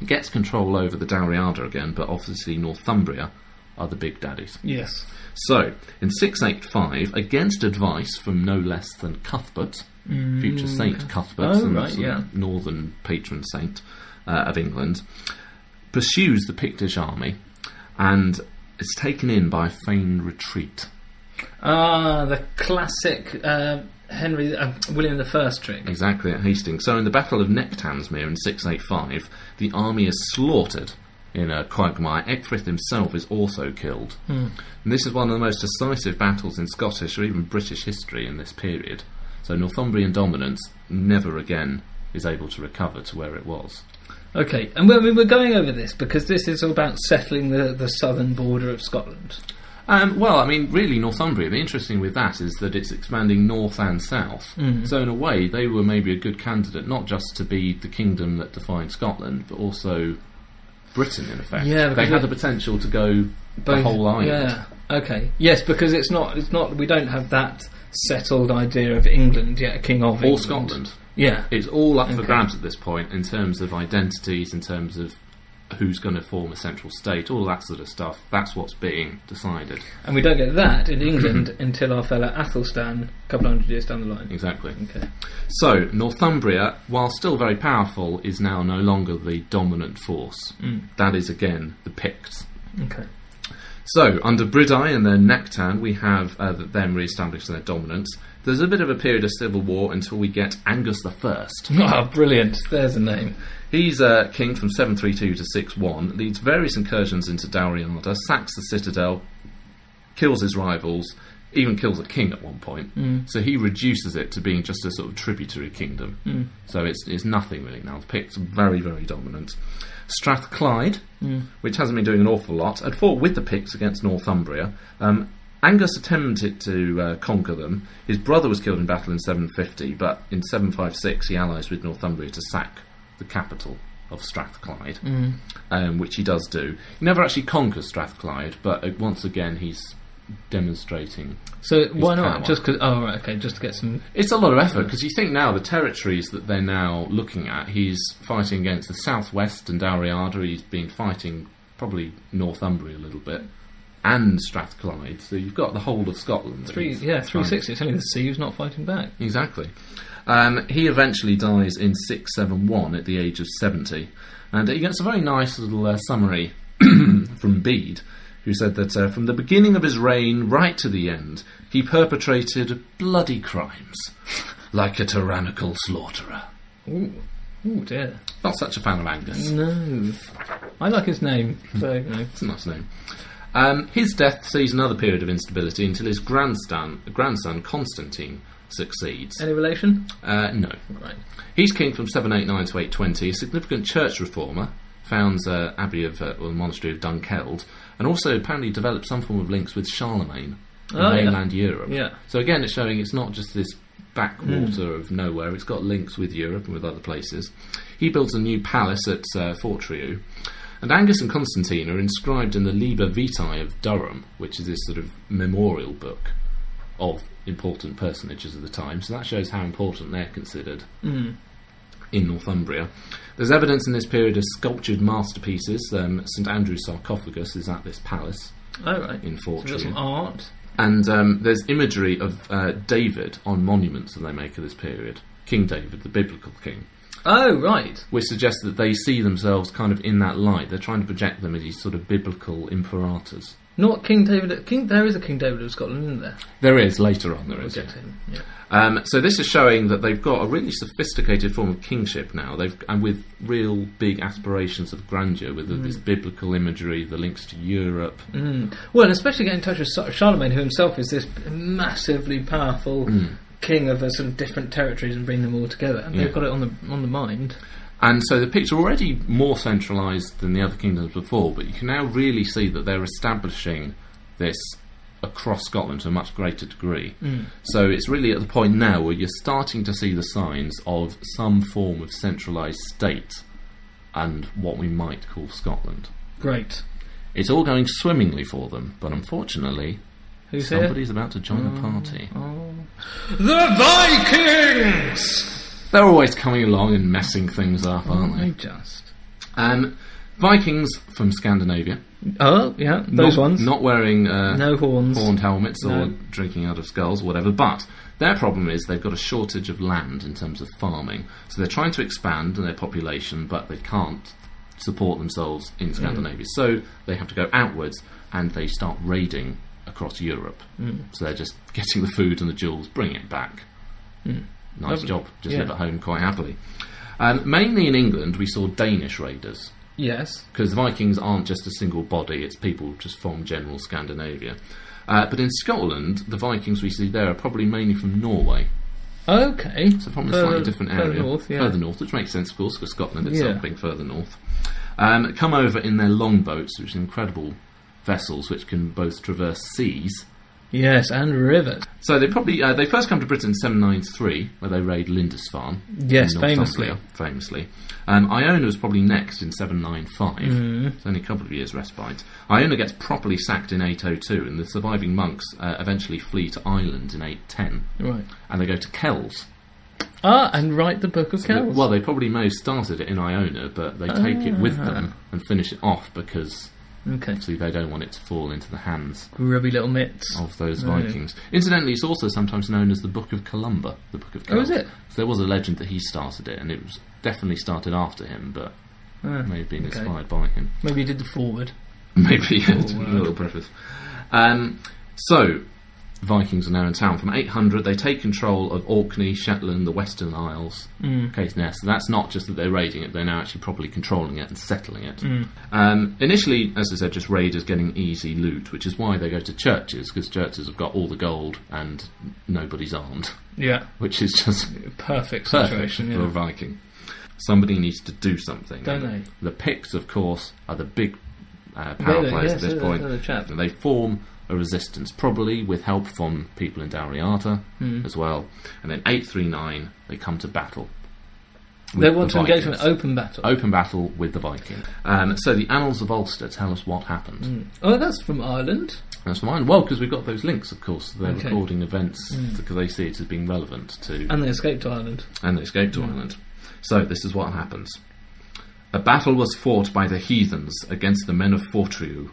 Speaker 3: He gets control over the Dalriada again, but obviously Northumbria are the big daddies.
Speaker 2: Yes.
Speaker 3: So, in 685, against advice from no less than Cuthbert, future Saint Cuthbert,
Speaker 2: Oh,
Speaker 3: some
Speaker 2: right,
Speaker 3: sort of
Speaker 2: yeah.
Speaker 3: northern patron saint uh, of England, pursues the Pictish army and is taken in by a feigned retreat.
Speaker 2: Ah, the classic uh, Henry uh, William the First trick.
Speaker 3: Exactly at Hastings. So, in the Battle of Nectansmere in 685, the army is slaughtered in a quagmire. Ecgfrith himself is also killed. And this is one of the most decisive battles in Scottish or even British history in this period. So, Northumbrian dominance never again is able to recover to where it was.
Speaker 2: Okay, and we're, we're going over this because this is all about settling the, the southern border of Scotland.
Speaker 3: Um, well, I mean, really, Northumbria. The interesting with that is that it's expanding north and south.
Speaker 2: Mm.
Speaker 3: So, in a way, they were maybe a good candidate not just to be the kingdom that defined Scotland, but also Britain, in effect.
Speaker 2: Yeah,
Speaker 3: they
Speaker 2: because
Speaker 3: had
Speaker 2: it-
Speaker 3: the potential to go the
Speaker 2: Both-
Speaker 3: whole island.
Speaker 2: Yeah, Okay. Yes, because it's not. It's not. We don't have that settled idea of England yet, a king of
Speaker 3: or
Speaker 2: England.
Speaker 3: Scotland.
Speaker 2: Yeah.
Speaker 3: It's all up for
Speaker 2: Okay.
Speaker 3: grabs at this point in terms of identities, in terms of who's going to form a central state, all that sort of stuff. That's what's being decided.
Speaker 2: And we don't get that in England until our fella Athelstan, a couple hundred years down the line.
Speaker 3: Exactly.
Speaker 2: Okay.
Speaker 3: So, Northumbria, while still very powerful, is now no longer the dominant force. That is, again, the Picts.
Speaker 2: Okay.
Speaker 3: So, under Bridi and then Nectan, we have uh, them re establishing their dominance. There's a bit of a period of civil war until we get Angus the First.
Speaker 2: Ah, brilliant. There's a name.
Speaker 3: He's uh, king from 732 to 61, leads various incursions into Dalriada, sacks the citadel, kills his rivals, even kills a king at one point. So he reduces it to being just a sort of tributary kingdom. So it's, it's nothing really now. The Picts are very, very dominant. Strathclyde, which hasn't been doing an awful lot, had fought with the Picts against Northumbria. Um, Angus attempted to uh, conquer them. His brother was killed in battle in 750, but in 756 he allies with Northumbria to sack the capital of Strathclyde, um, which he does do. He never actually conquers Strathclyde, but uh, once again he's demonstrating
Speaker 2: So why
Speaker 3: power.
Speaker 2: not? Just 'cause- Oh, right. Okay. Just to get some.
Speaker 3: it's a lot of effort because you think now the territories that they're now looking at, he's fighting against the southwest and Dalriada. He's been fighting probably Northumbria a little bit and Strathclyde. So you've got the whole of Scotland. that
Speaker 2: Three.
Speaker 3: he's
Speaker 2: Yeah. Three
Speaker 3: trying-
Speaker 2: sixty. It's only the sea who's not fighting back.
Speaker 3: Mm-hmm. Exactly. Um, he eventually dies in 671 at the age of 70. And he gets a very nice little uh, summary from Bede, who said that uh, from the beginning of his reign right to the end, he perpetrated bloody crimes like a tyrannical slaughterer.
Speaker 2: Ooh. Ooh dear.
Speaker 3: Not such a fan of Angus.
Speaker 2: Mm. No. I like his name. So you know.
Speaker 3: It's a nice name. Um, his death sees another period of instability until his grandson, grandson Constantine, succeeds.
Speaker 2: Any relation?
Speaker 3: Uh, no.
Speaker 2: Right.
Speaker 3: He's king from 789 to 820, a significant church reformer, founds uh, abbey of uh, or the monastery of Dunkeld, and also apparently developed some form of links with Charlemagne in
Speaker 2: Oh, yeah.
Speaker 3: mainland Europe.
Speaker 2: Yeah. Hmm.
Speaker 3: So again, it's showing it's not just this backwater of nowhere. It's got links with Europe and with other places. He builds a new palace at uh, Fortriu, and Angus and Constantine are inscribed in the Liber Vitae of Durham, which is this sort of memorial book of important personages of the time. So that shows how important they're considered
Speaker 2: Hmm.
Speaker 3: in Northumbria. There's evidence in this period of sculptured masterpieces. Um, St Andrew's sarcophagus is at this palace
Speaker 2: All Oh, right.
Speaker 3: in
Speaker 2: So we've got
Speaker 3: Fortriu.
Speaker 2: some art.
Speaker 3: And um, there's imagery of uh, David on monuments that they make of this period. King David, the biblical king,
Speaker 2: Oh right.
Speaker 3: which suggests that they see themselves kind of in that light. They're trying to project them as these sort of biblical imperators.
Speaker 2: Not King David. King. There is a King David of Scotland, isn't there?
Speaker 3: There is, later on, there
Speaker 2: We'll
Speaker 3: is.
Speaker 2: get to him. Yeah.
Speaker 3: Um, so this is showing that they've got a really sophisticated form of kingship now. They've and with real big aspirations of grandeur, with this biblical imagery, the links to Europe.
Speaker 2: Well, and especially get in touch with Sar- Charlemagne, who himself is this massively powerful king of a sort of different territories, and bring them all together. And
Speaker 3: Hmm. Yeah.
Speaker 2: they've got it on the on the mind.
Speaker 3: And so the Picts are already more centralised than the other kingdoms before, but you can now really see that they're establishing this across Scotland to a much greater degree. So it's really at the point now where you're starting to see the signs of some form of centralised state and what we might call Scotland.
Speaker 2: Great.
Speaker 3: It's all going swimmingly for them, but unfortunately,
Speaker 2: Who's here?
Speaker 3: somebody's about to join the party.
Speaker 4: The Vikings!
Speaker 3: They're always coming along and messing things up, aren't
Speaker 2: I
Speaker 3: they?
Speaker 2: just.
Speaker 3: Um, Vikings from Scandinavia.
Speaker 2: Oh yeah, those
Speaker 3: not,
Speaker 2: ones.
Speaker 3: Not wearing uh,
Speaker 2: no horns.
Speaker 3: horned helmets or
Speaker 2: No.
Speaker 3: drinking out of skulls, whatever. But their problem is they've got a shortage of land in terms of farming. So they're trying to expand their population, but they can't support themselves in
Speaker 2: Mm.
Speaker 3: Scandinavia. So they have to go outwards and they start raiding across Europe.
Speaker 2: Mm.
Speaker 3: So they're just getting the food and the jewels, bringing it back. Nice
Speaker 2: Mm. Lovely.
Speaker 3: job. Just
Speaker 2: Yeah.
Speaker 3: live at home quite happily. Um, mainly in England, we saw Danish raiders
Speaker 2: Yes.
Speaker 3: because the Vikings aren't just a single body, it's people just from general Scandinavia. Uh, but in Scotland, the Vikings we see there are probably mainly from Norway,
Speaker 2: Okay.
Speaker 3: so from a
Speaker 2: Further-
Speaker 3: slightly different area.
Speaker 2: Further north. Yeah.
Speaker 3: Further north, which makes sense, of course, because Scotland itself
Speaker 2: Yeah.
Speaker 3: being further north. Um, come over in their longboats, which are incredible vessels which can both traverse seas
Speaker 2: Yes, and rivers.
Speaker 3: So they probably uh, they first come to Britain in 793, where they raid Lindisfarne. in
Speaker 2: Yes,
Speaker 3: Northumbria, famously. Um, Iona was probably next in 795.
Speaker 2: Mm.
Speaker 3: It's only a couple of years respite. Iona gets properly sacked in 802, and the surviving monks uh, eventually flee to Ireland in 810,
Speaker 2: Right.
Speaker 3: and they go to Kells.
Speaker 2: Ah, and write the Book of Kells.
Speaker 3: Well, they probably may have started it in Iona, but they take it with
Speaker 2: Ah.
Speaker 3: them and finish it off because
Speaker 2: okay.
Speaker 3: obviously they don't want it to fall into the hands
Speaker 2: Grubby little mitts.
Speaker 3: of those
Speaker 2: Right.
Speaker 3: Vikings. Incidentally, it's also sometimes known as the Book of Columba, the Book of
Speaker 2: Oh,
Speaker 3: Kells.
Speaker 2: is it?
Speaker 3: So there was a legend that he started it, and it was definitely started after him, but
Speaker 2: Ah,
Speaker 3: may have been
Speaker 2: okay.
Speaker 3: inspired by him.
Speaker 2: Maybe you did the forward.
Speaker 3: Maybe it's a
Speaker 2: Oh, wow.
Speaker 3: little preface. Um, so, Vikings are now in town. From 800, they take control of Orkney, Shetland, the Western Isles,
Speaker 2: Mm,
Speaker 3: Caithness. So that's not just that they're raiding it; they're now actually properly controlling it and settling it.
Speaker 2: mm.
Speaker 3: Um, initially, as I said, just raiders getting easy loot, which is why they go to churches because churches have got all the gold and nobody's armed,
Speaker 2: Yeah.
Speaker 3: which is just
Speaker 2: Perfect
Speaker 3: perfect
Speaker 2: situation.
Speaker 3: for a
Speaker 2: Yeah.
Speaker 3: Viking. Somebody needs to do something.
Speaker 2: Don't
Speaker 3: And
Speaker 2: they?
Speaker 3: The Picts, of course, are the big uh, power
Speaker 2: Really?
Speaker 3: players
Speaker 2: Yes,
Speaker 3: at this
Speaker 2: they're the-
Speaker 3: point.
Speaker 2: they're the chap.
Speaker 3: And they form a resistance, probably with help from people in Dalriata
Speaker 2: Mm.
Speaker 3: as well. And then 839, they come to battle. with
Speaker 2: They want
Speaker 3: the
Speaker 2: to engage in an
Speaker 3: Vikings. Oh.
Speaker 2: open battle.
Speaker 3: Open battle with the Viking. Um, so the Annals of Ulster tell us what happened.
Speaker 2: Oh, that's from Ireland.
Speaker 3: That's fine. Well, because we've got those links, of course. They're
Speaker 2: Okay. Mm.
Speaker 3: recording events because they see it as being relevant to
Speaker 2: And they escaped to Ireland.
Speaker 3: and they escaped to Ireland. So this is what happens. A battle was fought by the heathens against the men of Fortriu,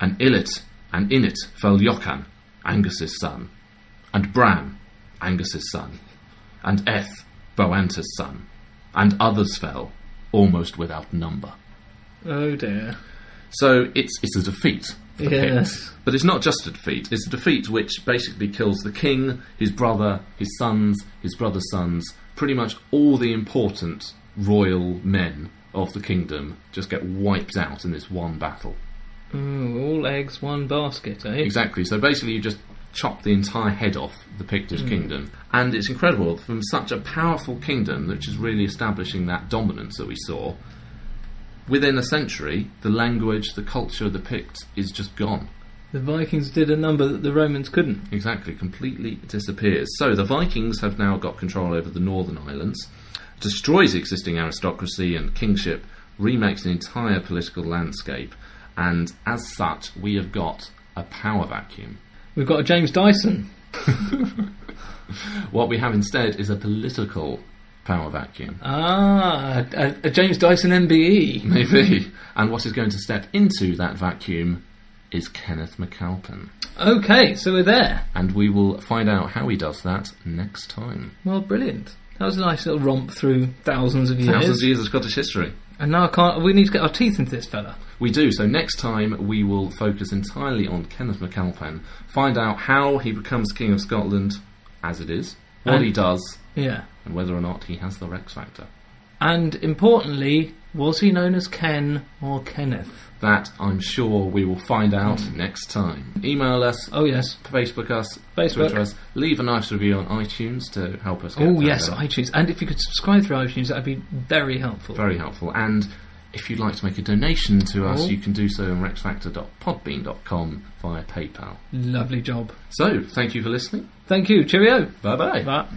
Speaker 3: and Illit and in it fell Jochan, Angus's son, and Bran, Angus's son, and Eth, Boanta's son, and others fell, almost without number.
Speaker 2: Oh dear.
Speaker 3: So it's it's a defeat. For the
Speaker 2: Yes.
Speaker 3: Picts. But it's not just a defeat. It's a defeat which basically kills the king, his brother, his sons, his brother's sons, pretty much all the important royal men of the kingdom just get wiped out in this one battle.
Speaker 2: Ooh, all eggs, one basket, eh?
Speaker 3: Exactly. So basically, you just chop the entire head off the Pictish kingdom. And it's incredible from such a powerful kingdom, which is really establishing that dominance that we saw, within a century, the language, the culture of the Picts is just gone.
Speaker 2: The Vikings did a number that the Romans couldn't.
Speaker 3: Exactly, completely disappears. So the Vikings have now got control over the Northern Islands, destroys existing aristocracy and kingship, remakes the entire political landscape, and as such, we have got a power vacuum.
Speaker 2: We've got a James Dyson.
Speaker 3: What we have instead is a political power vacuum.
Speaker 2: Ah, a, a James Dyson E. MBE.
Speaker 3: Maybe. And what is going to step into that vacuum is Kenneth MacAlpin.
Speaker 2: Okay, so we're there.
Speaker 3: And we will find out how he does that next time.
Speaker 2: Well, brilliant. That was a nice little romp through thousands of years.
Speaker 3: Thousands of years of Scottish history.
Speaker 2: And now I can't. We need to get our teeth into this fella.
Speaker 3: We do, so next time we will focus entirely on Kenneth MacAlpin, find out how he becomes King of Scotland, as it is, what
Speaker 2: And-
Speaker 3: he does,
Speaker 2: Yeah.
Speaker 3: and whether or not he has the Rex Factor.
Speaker 2: And importantly, was he known as Ken or Kenneth?
Speaker 3: That I'm sure we will find out next time. Email us
Speaker 2: Oh yes.
Speaker 3: Facebook us,
Speaker 2: Facebook.
Speaker 3: Twitter us, leave a nice review on iTunes to help us. Get
Speaker 2: oh
Speaker 3: further.
Speaker 2: yes, iTunes. And if you could subscribe through iTunes, that'd be very helpful.
Speaker 3: very helpful. And if you'd like to make a donation to us,
Speaker 2: Oh.
Speaker 3: you can do so on rexfactor.podbean.com via PayPal.
Speaker 2: Lovely job.
Speaker 3: So, thank you for listening.
Speaker 2: Thank you. Cheerio.
Speaker 3: Bye bye.
Speaker 2: Bye.